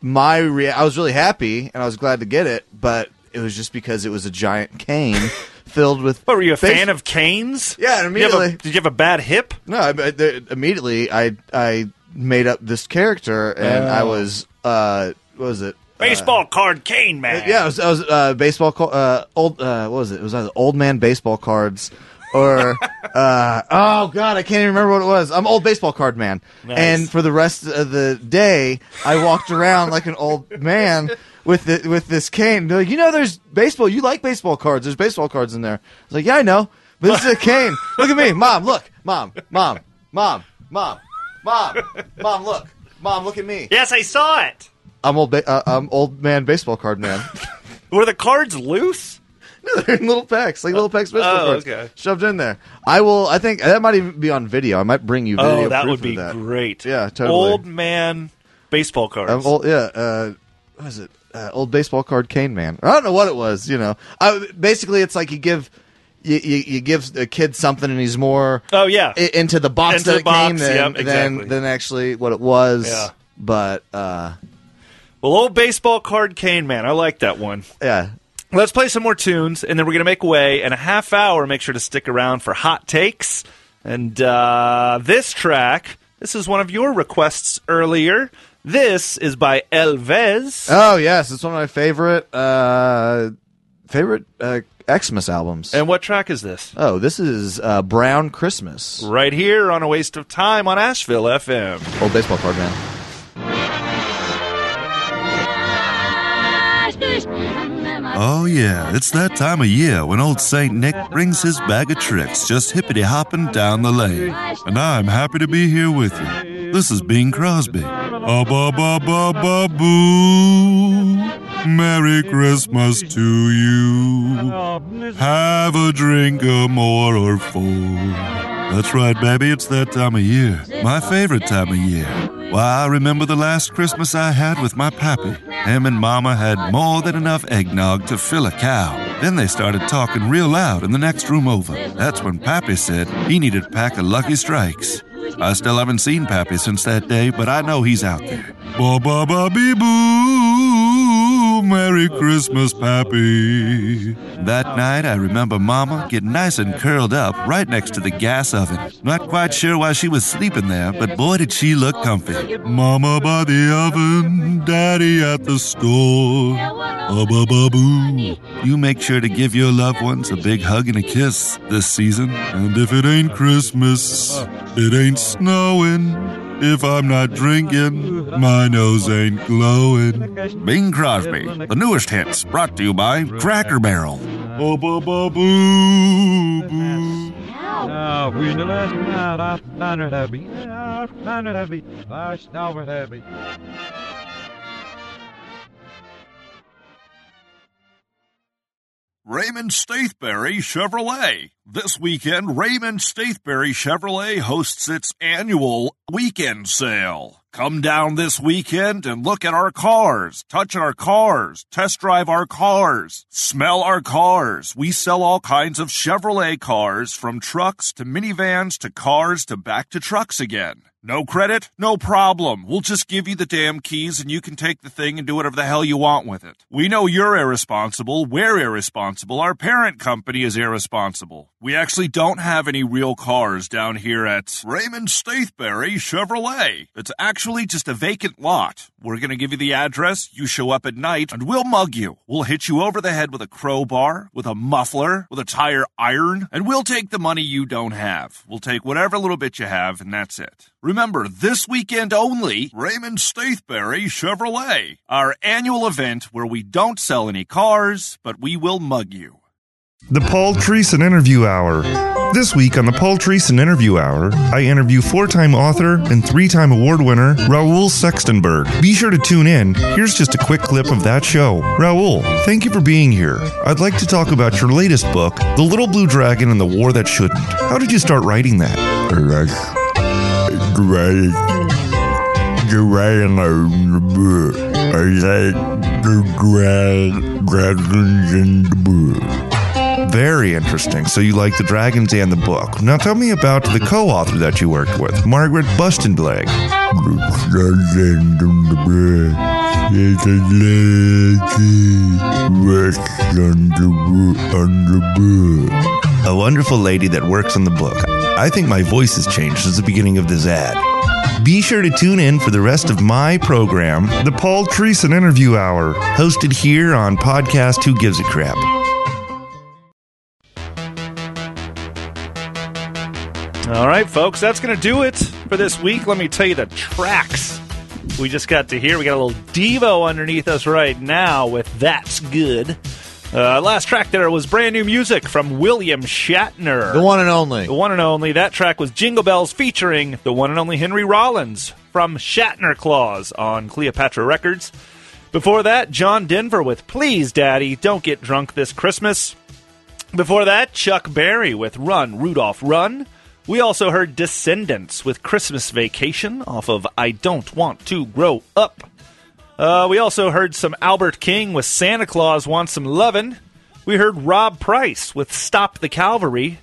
Speaker 2: my rea- I was really happy and I was glad to get it, but it was just because it was a giant cane filled with.
Speaker 6: What were you a
Speaker 2: base-
Speaker 6: fan of canes?
Speaker 2: Yeah, and
Speaker 6: Did you have a-
Speaker 2: immediately- Uh,
Speaker 6: did you have a bad hip?
Speaker 2: No, I, I- there- immediately I I made up this character and
Speaker 3: Oh.
Speaker 2: I was uh what was it
Speaker 6: Baseball card cane man.
Speaker 2: Yeah, I was, I was uh, baseball car- uh, old. Uh, what was it? It was either old man baseball cards or uh, oh god, I can't even remember what it was. I'm old baseball card man,
Speaker 6: Nice.
Speaker 2: and for the rest of the day, I walked around like an old man with the, with this cane. They're like, you know, there's baseball. You like baseball cards? There's baseball cards in there. I was like, yeah, I know, but this is a cane. Look at me, mom. Look, mom, mom, mom, mom, mom, mom. Look, mom. Look at me.
Speaker 6: Yes, I saw it.
Speaker 2: I'm old. Ba- uh, I'm old man baseball card man.
Speaker 6: Were the cards loose?
Speaker 2: No, they're in little packs, like little packs baseball
Speaker 6: oh,
Speaker 2: cards,
Speaker 6: okay.
Speaker 2: shoved in there. I will. I think that might even be on video. I might bring you video.
Speaker 6: Oh, that
Speaker 2: proof
Speaker 6: would
Speaker 2: of
Speaker 6: be
Speaker 2: that.
Speaker 6: great.
Speaker 2: Yeah, totally.
Speaker 6: Old man baseball cards.
Speaker 2: Um, old, yeah. Uh, what is it? Uh, old baseball card cane man. I don't know what it was. You know, I, basically it's like you give. You, you, you give a kid something and he's more
Speaker 6: Oh, yeah.
Speaker 2: i- into the box
Speaker 6: Into
Speaker 2: that
Speaker 6: the
Speaker 2: it
Speaker 6: box,
Speaker 2: came than,
Speaker 6: yep, exactly.
Speaker 2: than, than actually what it was.
Speaker 6: Yeah.
Speaker 2: But uh,
Speaker 6: well, old baseball card cane man. I like that one.
Speaker 2: yeah,
Speaker 6: Let's play some more tunes, and then we're going to make way in a half hour. Make sure to stick around for hot takes. And uh, this track, this is one of your requests earlier. This is by Elvez.
Speaker 2: oh yes, it's one of my favorite uh, favorite uh, Xmas albums.
Speaker 6: and what track is this?
Speaker 2: Oh, this is uh, Brown Christmas.
Speaker 6: Right here on A Waste of Time on Asheville FM.
Speaker 2: Old baseball card man.
Speaker 8: Oh, yeah, it's that time of year when old St. Nick brings his bag of tricks just hippity hopping down the lane. And I'm happy to be here with you. This is Bing Crosby. Ah, ba ba ba ba boo. Merry Christmas to you. Have a drink of more or four. That's right, baby. It's that time of year. My favorite time of year. Why, I remember the last Christmas I had with my pappy. Him and Mama had more than enough eggnog to fill a cow. Then they started talking real loud in the next room over. That's when Pappy said he needed a pack of Lucky Strikes. I still haven't seen Pappy since that day, but I know he's out there. Ba ba ba bee boo. Merry Christmas, Pappy. That night, I remember Mama getting nice and curled up right next to the gas oven. Not quite sure why she was sleeping there, but boy, did she look comfy. Mama by the oven, Daddy at the store. Abba boo. You make sure to give your loved ones a big hug and a kiss this season. And if it ain't Christmas, it ain't snowing. If I'm not drinking, my nose ain't glowing. Bing Crosby, the newest hits, brought to you by Cracker Barrel. Oh, boo, boo, boo, boo. Raymond Stathberry Chevrolet. This weekend, Raymond Stathberry Chevrolet hosts its annual weekend sale. Come down this weekend and look at our cars, touch our cars, test drive our cars, smell our cars. We sell all kinds of Chevrolet cars from trucks to minivans to cars to back to trucks again.
Speaker 12: No credit? No problem. We'll just give you the damn keys and you can take the thing and do whatever the hell you want with it. We know you're irresponsible. We're irresponsible. Our parent company is irresponsible. We actually don't have any real cars down here at Raymond Stathbury Chevrolet. It's actually just a vacant lot. We're going to give you the address. You show up at night and we'll mug you. We'll hit you over the head with a crowbar, with a muffler, with a tire iron, and we'll take the money you don't have. We'll take whatever little bit you have and that's it. Remember, this weekend only, Raymond Stathbury Chevrolet, our annual event where we don't sell any cars, but we will mug you.
Speaker 8: The Paul Treason Interview Hour. This week on the Paul Treason Interview Hour, I interview four time author and three time award winner Raoul Sextonberg. Be sure to tune in. Here's just a quick clip of that show. Raoul, thank you for being here. I'd like to talk about your latest book, The Little Blue Dragon and the War That Shouldn't. How did you start writing that? Very interesting. So you like the dragons and the book. Now tell me about the co-author that you worked with, Margaret Bustenbleg. A wonderful lady that works on the book. I think my voice has changed since the beginning of this ad. Be sure to tune in for the rest of my program, The Paul Treason Interview Hour, hosted here on Podcast Who Gives a Crap.
Speaker 6: All right, folks, that's going to do it for this week. Let me tell you the tracks we just got to hear. We got a little Devo underneath us right now with That's Good. Uh, last track there was brand new music from William Shatner.
Speaker 3: The one and only.
Speaker 6: The one and only. That track was Jingle Bells featuring the one and only Henry Rollins from Shatner Claws on Cleopatra Records. Before that, John Denver with Please Daddy, Don't Get Drunk This Christmas. Before that, Chuck Berry with Run, Rudolph, Run. We also heard Descendants with Christmas Vacation off of I Don't Want to Grow Up. Uh, we also heard some Albert King with Santa Claus Wants Some Lovin'. We heard Rob Price with Stop the Calvary.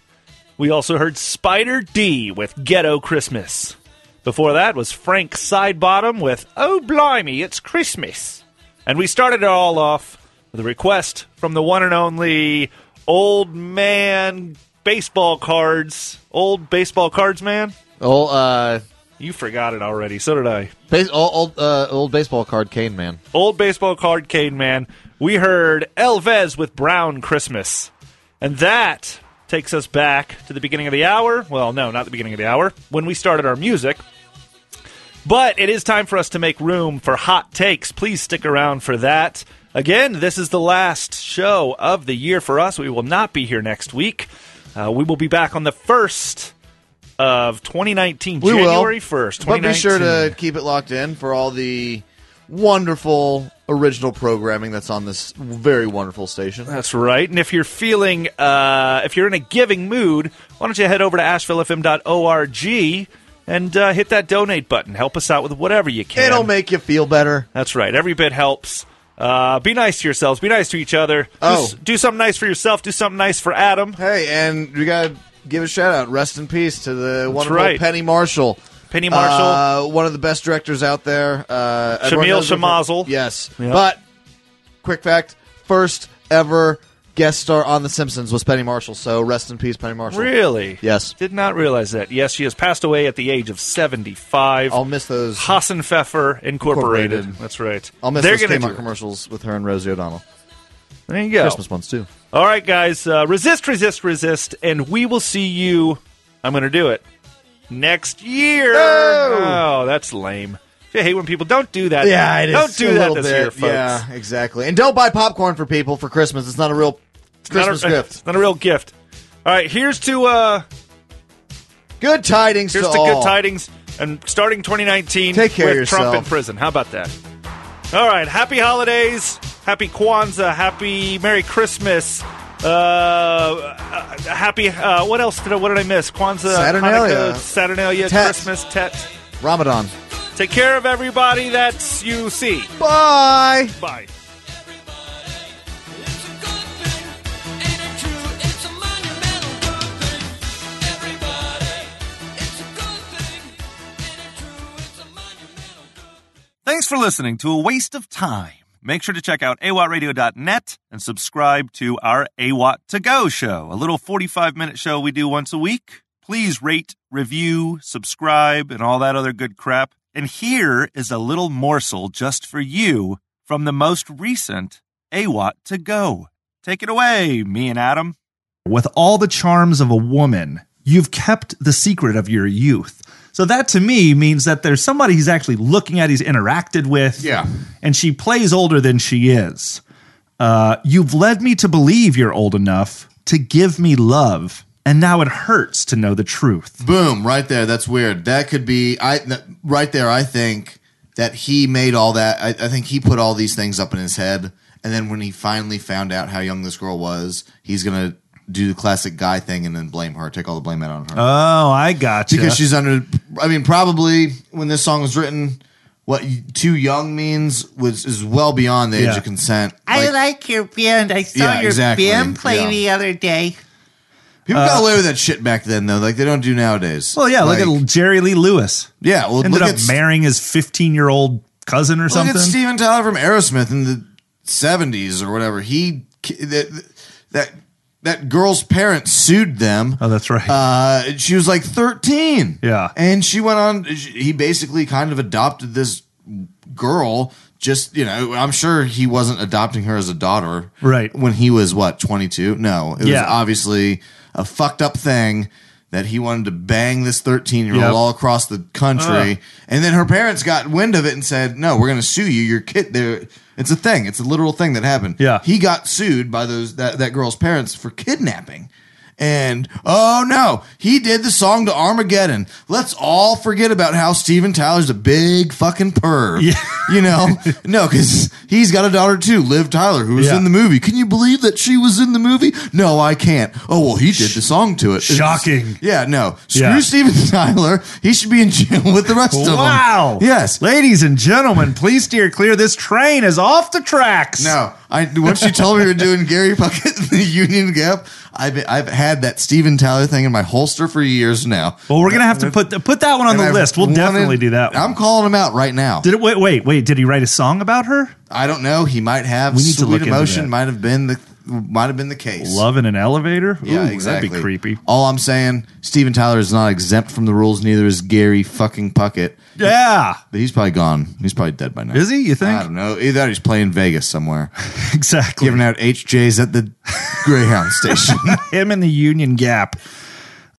Speaker 6: We also heard Spider D with Ghetto Christmas. Before that was Frank Sidebottom with Oh Blimey, It's Christmas. And we started it all off with a request from the one and only Old Man Baseball Cards. Old Baseball Cards Man?
Speaker 2: Old, uh,
Speaker 6: You forgot it already, so did I.
Speaker 2: base, old, old, uh, old baseball card, Cane Man.
Speaker 6: Old Baseball Card Cane Man. We heard Elvez with Brown Christmas. And that takes us back to the beginning of the hour. Well, no, not the beginning of the hour, when we started our music. But it is time for us to make room for hot takes. Please stick around for that. Again, this is the last show of the year for us. We will not be here next week. Uh, we will be back on the 1st of 2019,
Speaker 3: We will.
Speaker 6: January 1st, 2019.
Speaker 3: But be sure to keep it locked in for all the wonderful original programming that's on this very wonderful station.
Speaker 6: That's right. And if you're feeling, uh, if you're in a giving mood, why don't you head over to ashevillefm.org and uh, hit that donate button. Help us out with whatever you can.
Speaker 3: It'll make you feel better.
Speaker 6: That's right. Every bit helps. Uh, be nice to yourselves. Be nice to each other. Do,
Speaker 3: Oh.
Speaker 6: s- do something nice for yourself. Do something nice for Adam.
Speaker 3: Hey, and we got to give a shout out. Rest in peace to the wonderful
Speaker 6: right.
Speaker 3: Penny Marshall.
Speaker 6: Penny Marshall.
Speaker 3: Uh, one of the best directors out there. Uh, everyone
Speaker 6: Shamil
Speaker 3: knows her from-
Speaker 6: Shamazel.
Speaker 3: Yes.
Speaker 6: Yeah.
Speaker 3: But, quick fact first ever guest star on The Simpsons was Penny Marshall. So, rest in peace, Penny Marshall.
Speaker 6: Really?
Speaker 3: Yes.
Speaker 6: Did not realize that. Yes, she has passed away at the age of 75.
Speaker 3: I'll miss those.
Speaker 6: Hassan Pfeffer Incorporated.
Speaker 3: Incorporated.
Speaker 6: That's right.
Speaker 3: I'll miss
Speaker 6: They're
Speaker 3: those
Speaker 6: gonna
Speaker 3: Kmart
Speaker 6: do it.
Speaker 3: commercials with her and Rosie O'Donnell.
Speaker 6: There you go.
Speaker 3: Christmas ones too.
Speaker 6: All right, guys, uh, resist, resist, resist, and we will see you. I'm going to do it next year. Oh, that's lame. I hate when people don't do that.
Speaker 3: Yeah, it is.
Speaker 6: don't
Speaker 3: a
Speaker 6: do that
Speaker 3: little
Speaker 6: this
Speaker 3: bit.
Speaker 6: year, folks.
Speaker 3: Yeah, exactly. And don't buy popcorn for people for Christmas. It's not a real
Speaker 6: Not a-
Speaker 3: Christmas gift.
Speaker 6: Not a real gift. All right, here's to uh,
Speaker 3: Good tidings
Speaker 6: here's
Speaker 3: to,
Speaker 6: to
Speaker 3: all.
Speaker 6: good tidings and starting 2019
Speaker 3: Take care of
Speaker 6: with Trump in
Speaker 3: yourself.
Speaker 6: prison. How about that? All right, happy holidays, happy Kwanzaa, happy Merry Christmas. Uh, uh, happy. Uh, what else did I? What did I miss? Kwanzaa,
Speaker 3: Saturnalia.
Speaker 6: Hanukkah, Saturnalia,
Speaker 3: Tet.
Speaker 6: Christmas, Tet.
Speaker 3: Ramadan.
Speaker 6: Take care of everybody that's you see.
Speaker 3: Bye.
Speaker 6: Bye.
Speaker 13: Everybody, it's a good thing, and it
Speaker 14: Thanks for listening to A Waste of Time. Make sure to check out awattradio.net and subscribe to our AWAT To Go show, a little 45 minute show we do once a week. Please rate, review, subscribe, and all that other good crap. And here is a little morsel just for you from the most recent AWAT To Go. Take it away, me and Adam.
Speaker 5: With all the charms of a woman, you've kept the secret of your youth. So that to me means that there's somebody he's actually looking at, he's interacted with.
Speaker 3: Yeah.
Speaker 5: And she plays older than she is. Uh, you've led me to believe you're old enough to give me love. And now it hurts to know the truth.
Speaker 3: Boom, right there. That's weird. That could be I th- right there I think that he made all that I, I think he put all these things up in his head and then when he finally found out how young this girl was, he's going to do the classic guy thing and then blame her, take all the blame out on her.
Speaker 5: Oh, I gotcha.
Speaker 3: Because she's under I mean probably when this song was written what y- too young means was is well beyond the age
Speaker 5: Yeah.
Speaker 3: of consent.
Speaker 1: I like your band. I saw
Speaker 3: Yeah,
Speaker 1: your
Speaker 3: exactly.
Speaker 1: band play
Speaker 3: Yeah.
Speaker 1: the other day.
Speaker 3: People
Speaker 5: Uh,
Speaker 3: got away with that shit back then, though. Like they don't do nowadays.
Speaker 5: Well, yeah, look at Jerry Lee Lewis.
Speaker 3: Yeah, well,
Speaker 5: ended
Speaker 3: look
Speaker 5: up
Speaker 3: at-
Speaker 5: marrying his 15 year old cousin or
Speaker 3: look
Speaker 5: something.
Speaker 3: at Steven Tyler from Aerosmith in the seventies or whatever. He that that that girl's parents sued them.
Speaker 5: Oh, that's right.
Speaker 3: Uh, she was like thirteen.
Speaker 5: Yeah,
Speaker 3: and she went on. He basically kind of adopted this girl. Just you know, I'm sure he wasn't adopting her as a daughter.
Speaker 5: Right.
Speaker 3: when he was what 22 no it was
Speaker 5: Yeah.
Speaker 3: obviously a fucked up thing that he wanted to bang this 13 year old
Speaker 5: Yep. Uh.
Speaker 3: all across the country
Speaker 5: Ugh.
Speaker 3: and then her parents got wind of it and said no we're going to sue you your kid there it's a thing it's a literal thing that happened yeah he got sued by those that, that girl's parents for kidnapping and oh no, he did the song to Armageddon. Let's all forget about how Steven Tyler's a big fucking perv. You know? no, because he's got a daughter too, Liv Tyler, who was
Speaker 5: Yeah.
Speaker 3: in the movie. Can you believe that she was in the movie? No, I can't. Oh, well, he did the song to it. It's-
Speaker 5: Shocking.
Speaker 3: yeah, no. Screw
Speaker 5: Yeah.
Speaker 3: Steven Tyler. He should be in jail with the rest of them.
Speaker 5: Wow.
Speaker 3: Yes.
Speaker 5: Ladies and gentlemen, please steer clear. This train is off the tracks.
Speaker 3: No, I once you told me we were doing Gary Puckett and the Union Gap, I've I've had that Steven Tyler thing in my holster for years now.
Speaker 5: Well, we're gonna have to put put that one on the list. We'll definitely do that.
Speaker 3: I'm calling him out right now.
Speaker 5: Did it? Wait, wait, wait. Did he write a song about her?
Speaker 3: I don't know. He might have.
Speaker 5: We need to
Speaker 3: Sweet
Speaker 5: look into
Speaker 3: emotion
Speaker 5: that.
Speaker 3: might have been the might have been the case.
Speaker 5: Love in an elevator? Ooh,
Speaker 3: Yeah, exactly.
Speaker 5: That'd be creepy.
Speaker 3: All I'm saying, Steven Tyler is not exempt from the rules. Neither is Gary fucking Puckett.
Speaker 5: Yeah,
Speaker 3: but he's probably gone. He's probably dead by now.
Speaker 5: Is he? You think?
Speaker 3: I don't know. Either that or he's playing Vegas somewhere.
Speaker 5: exactly.
Speaker 3: Giving out HJs at the Greyhound station.
Speaker 5: Him in the Union Gap.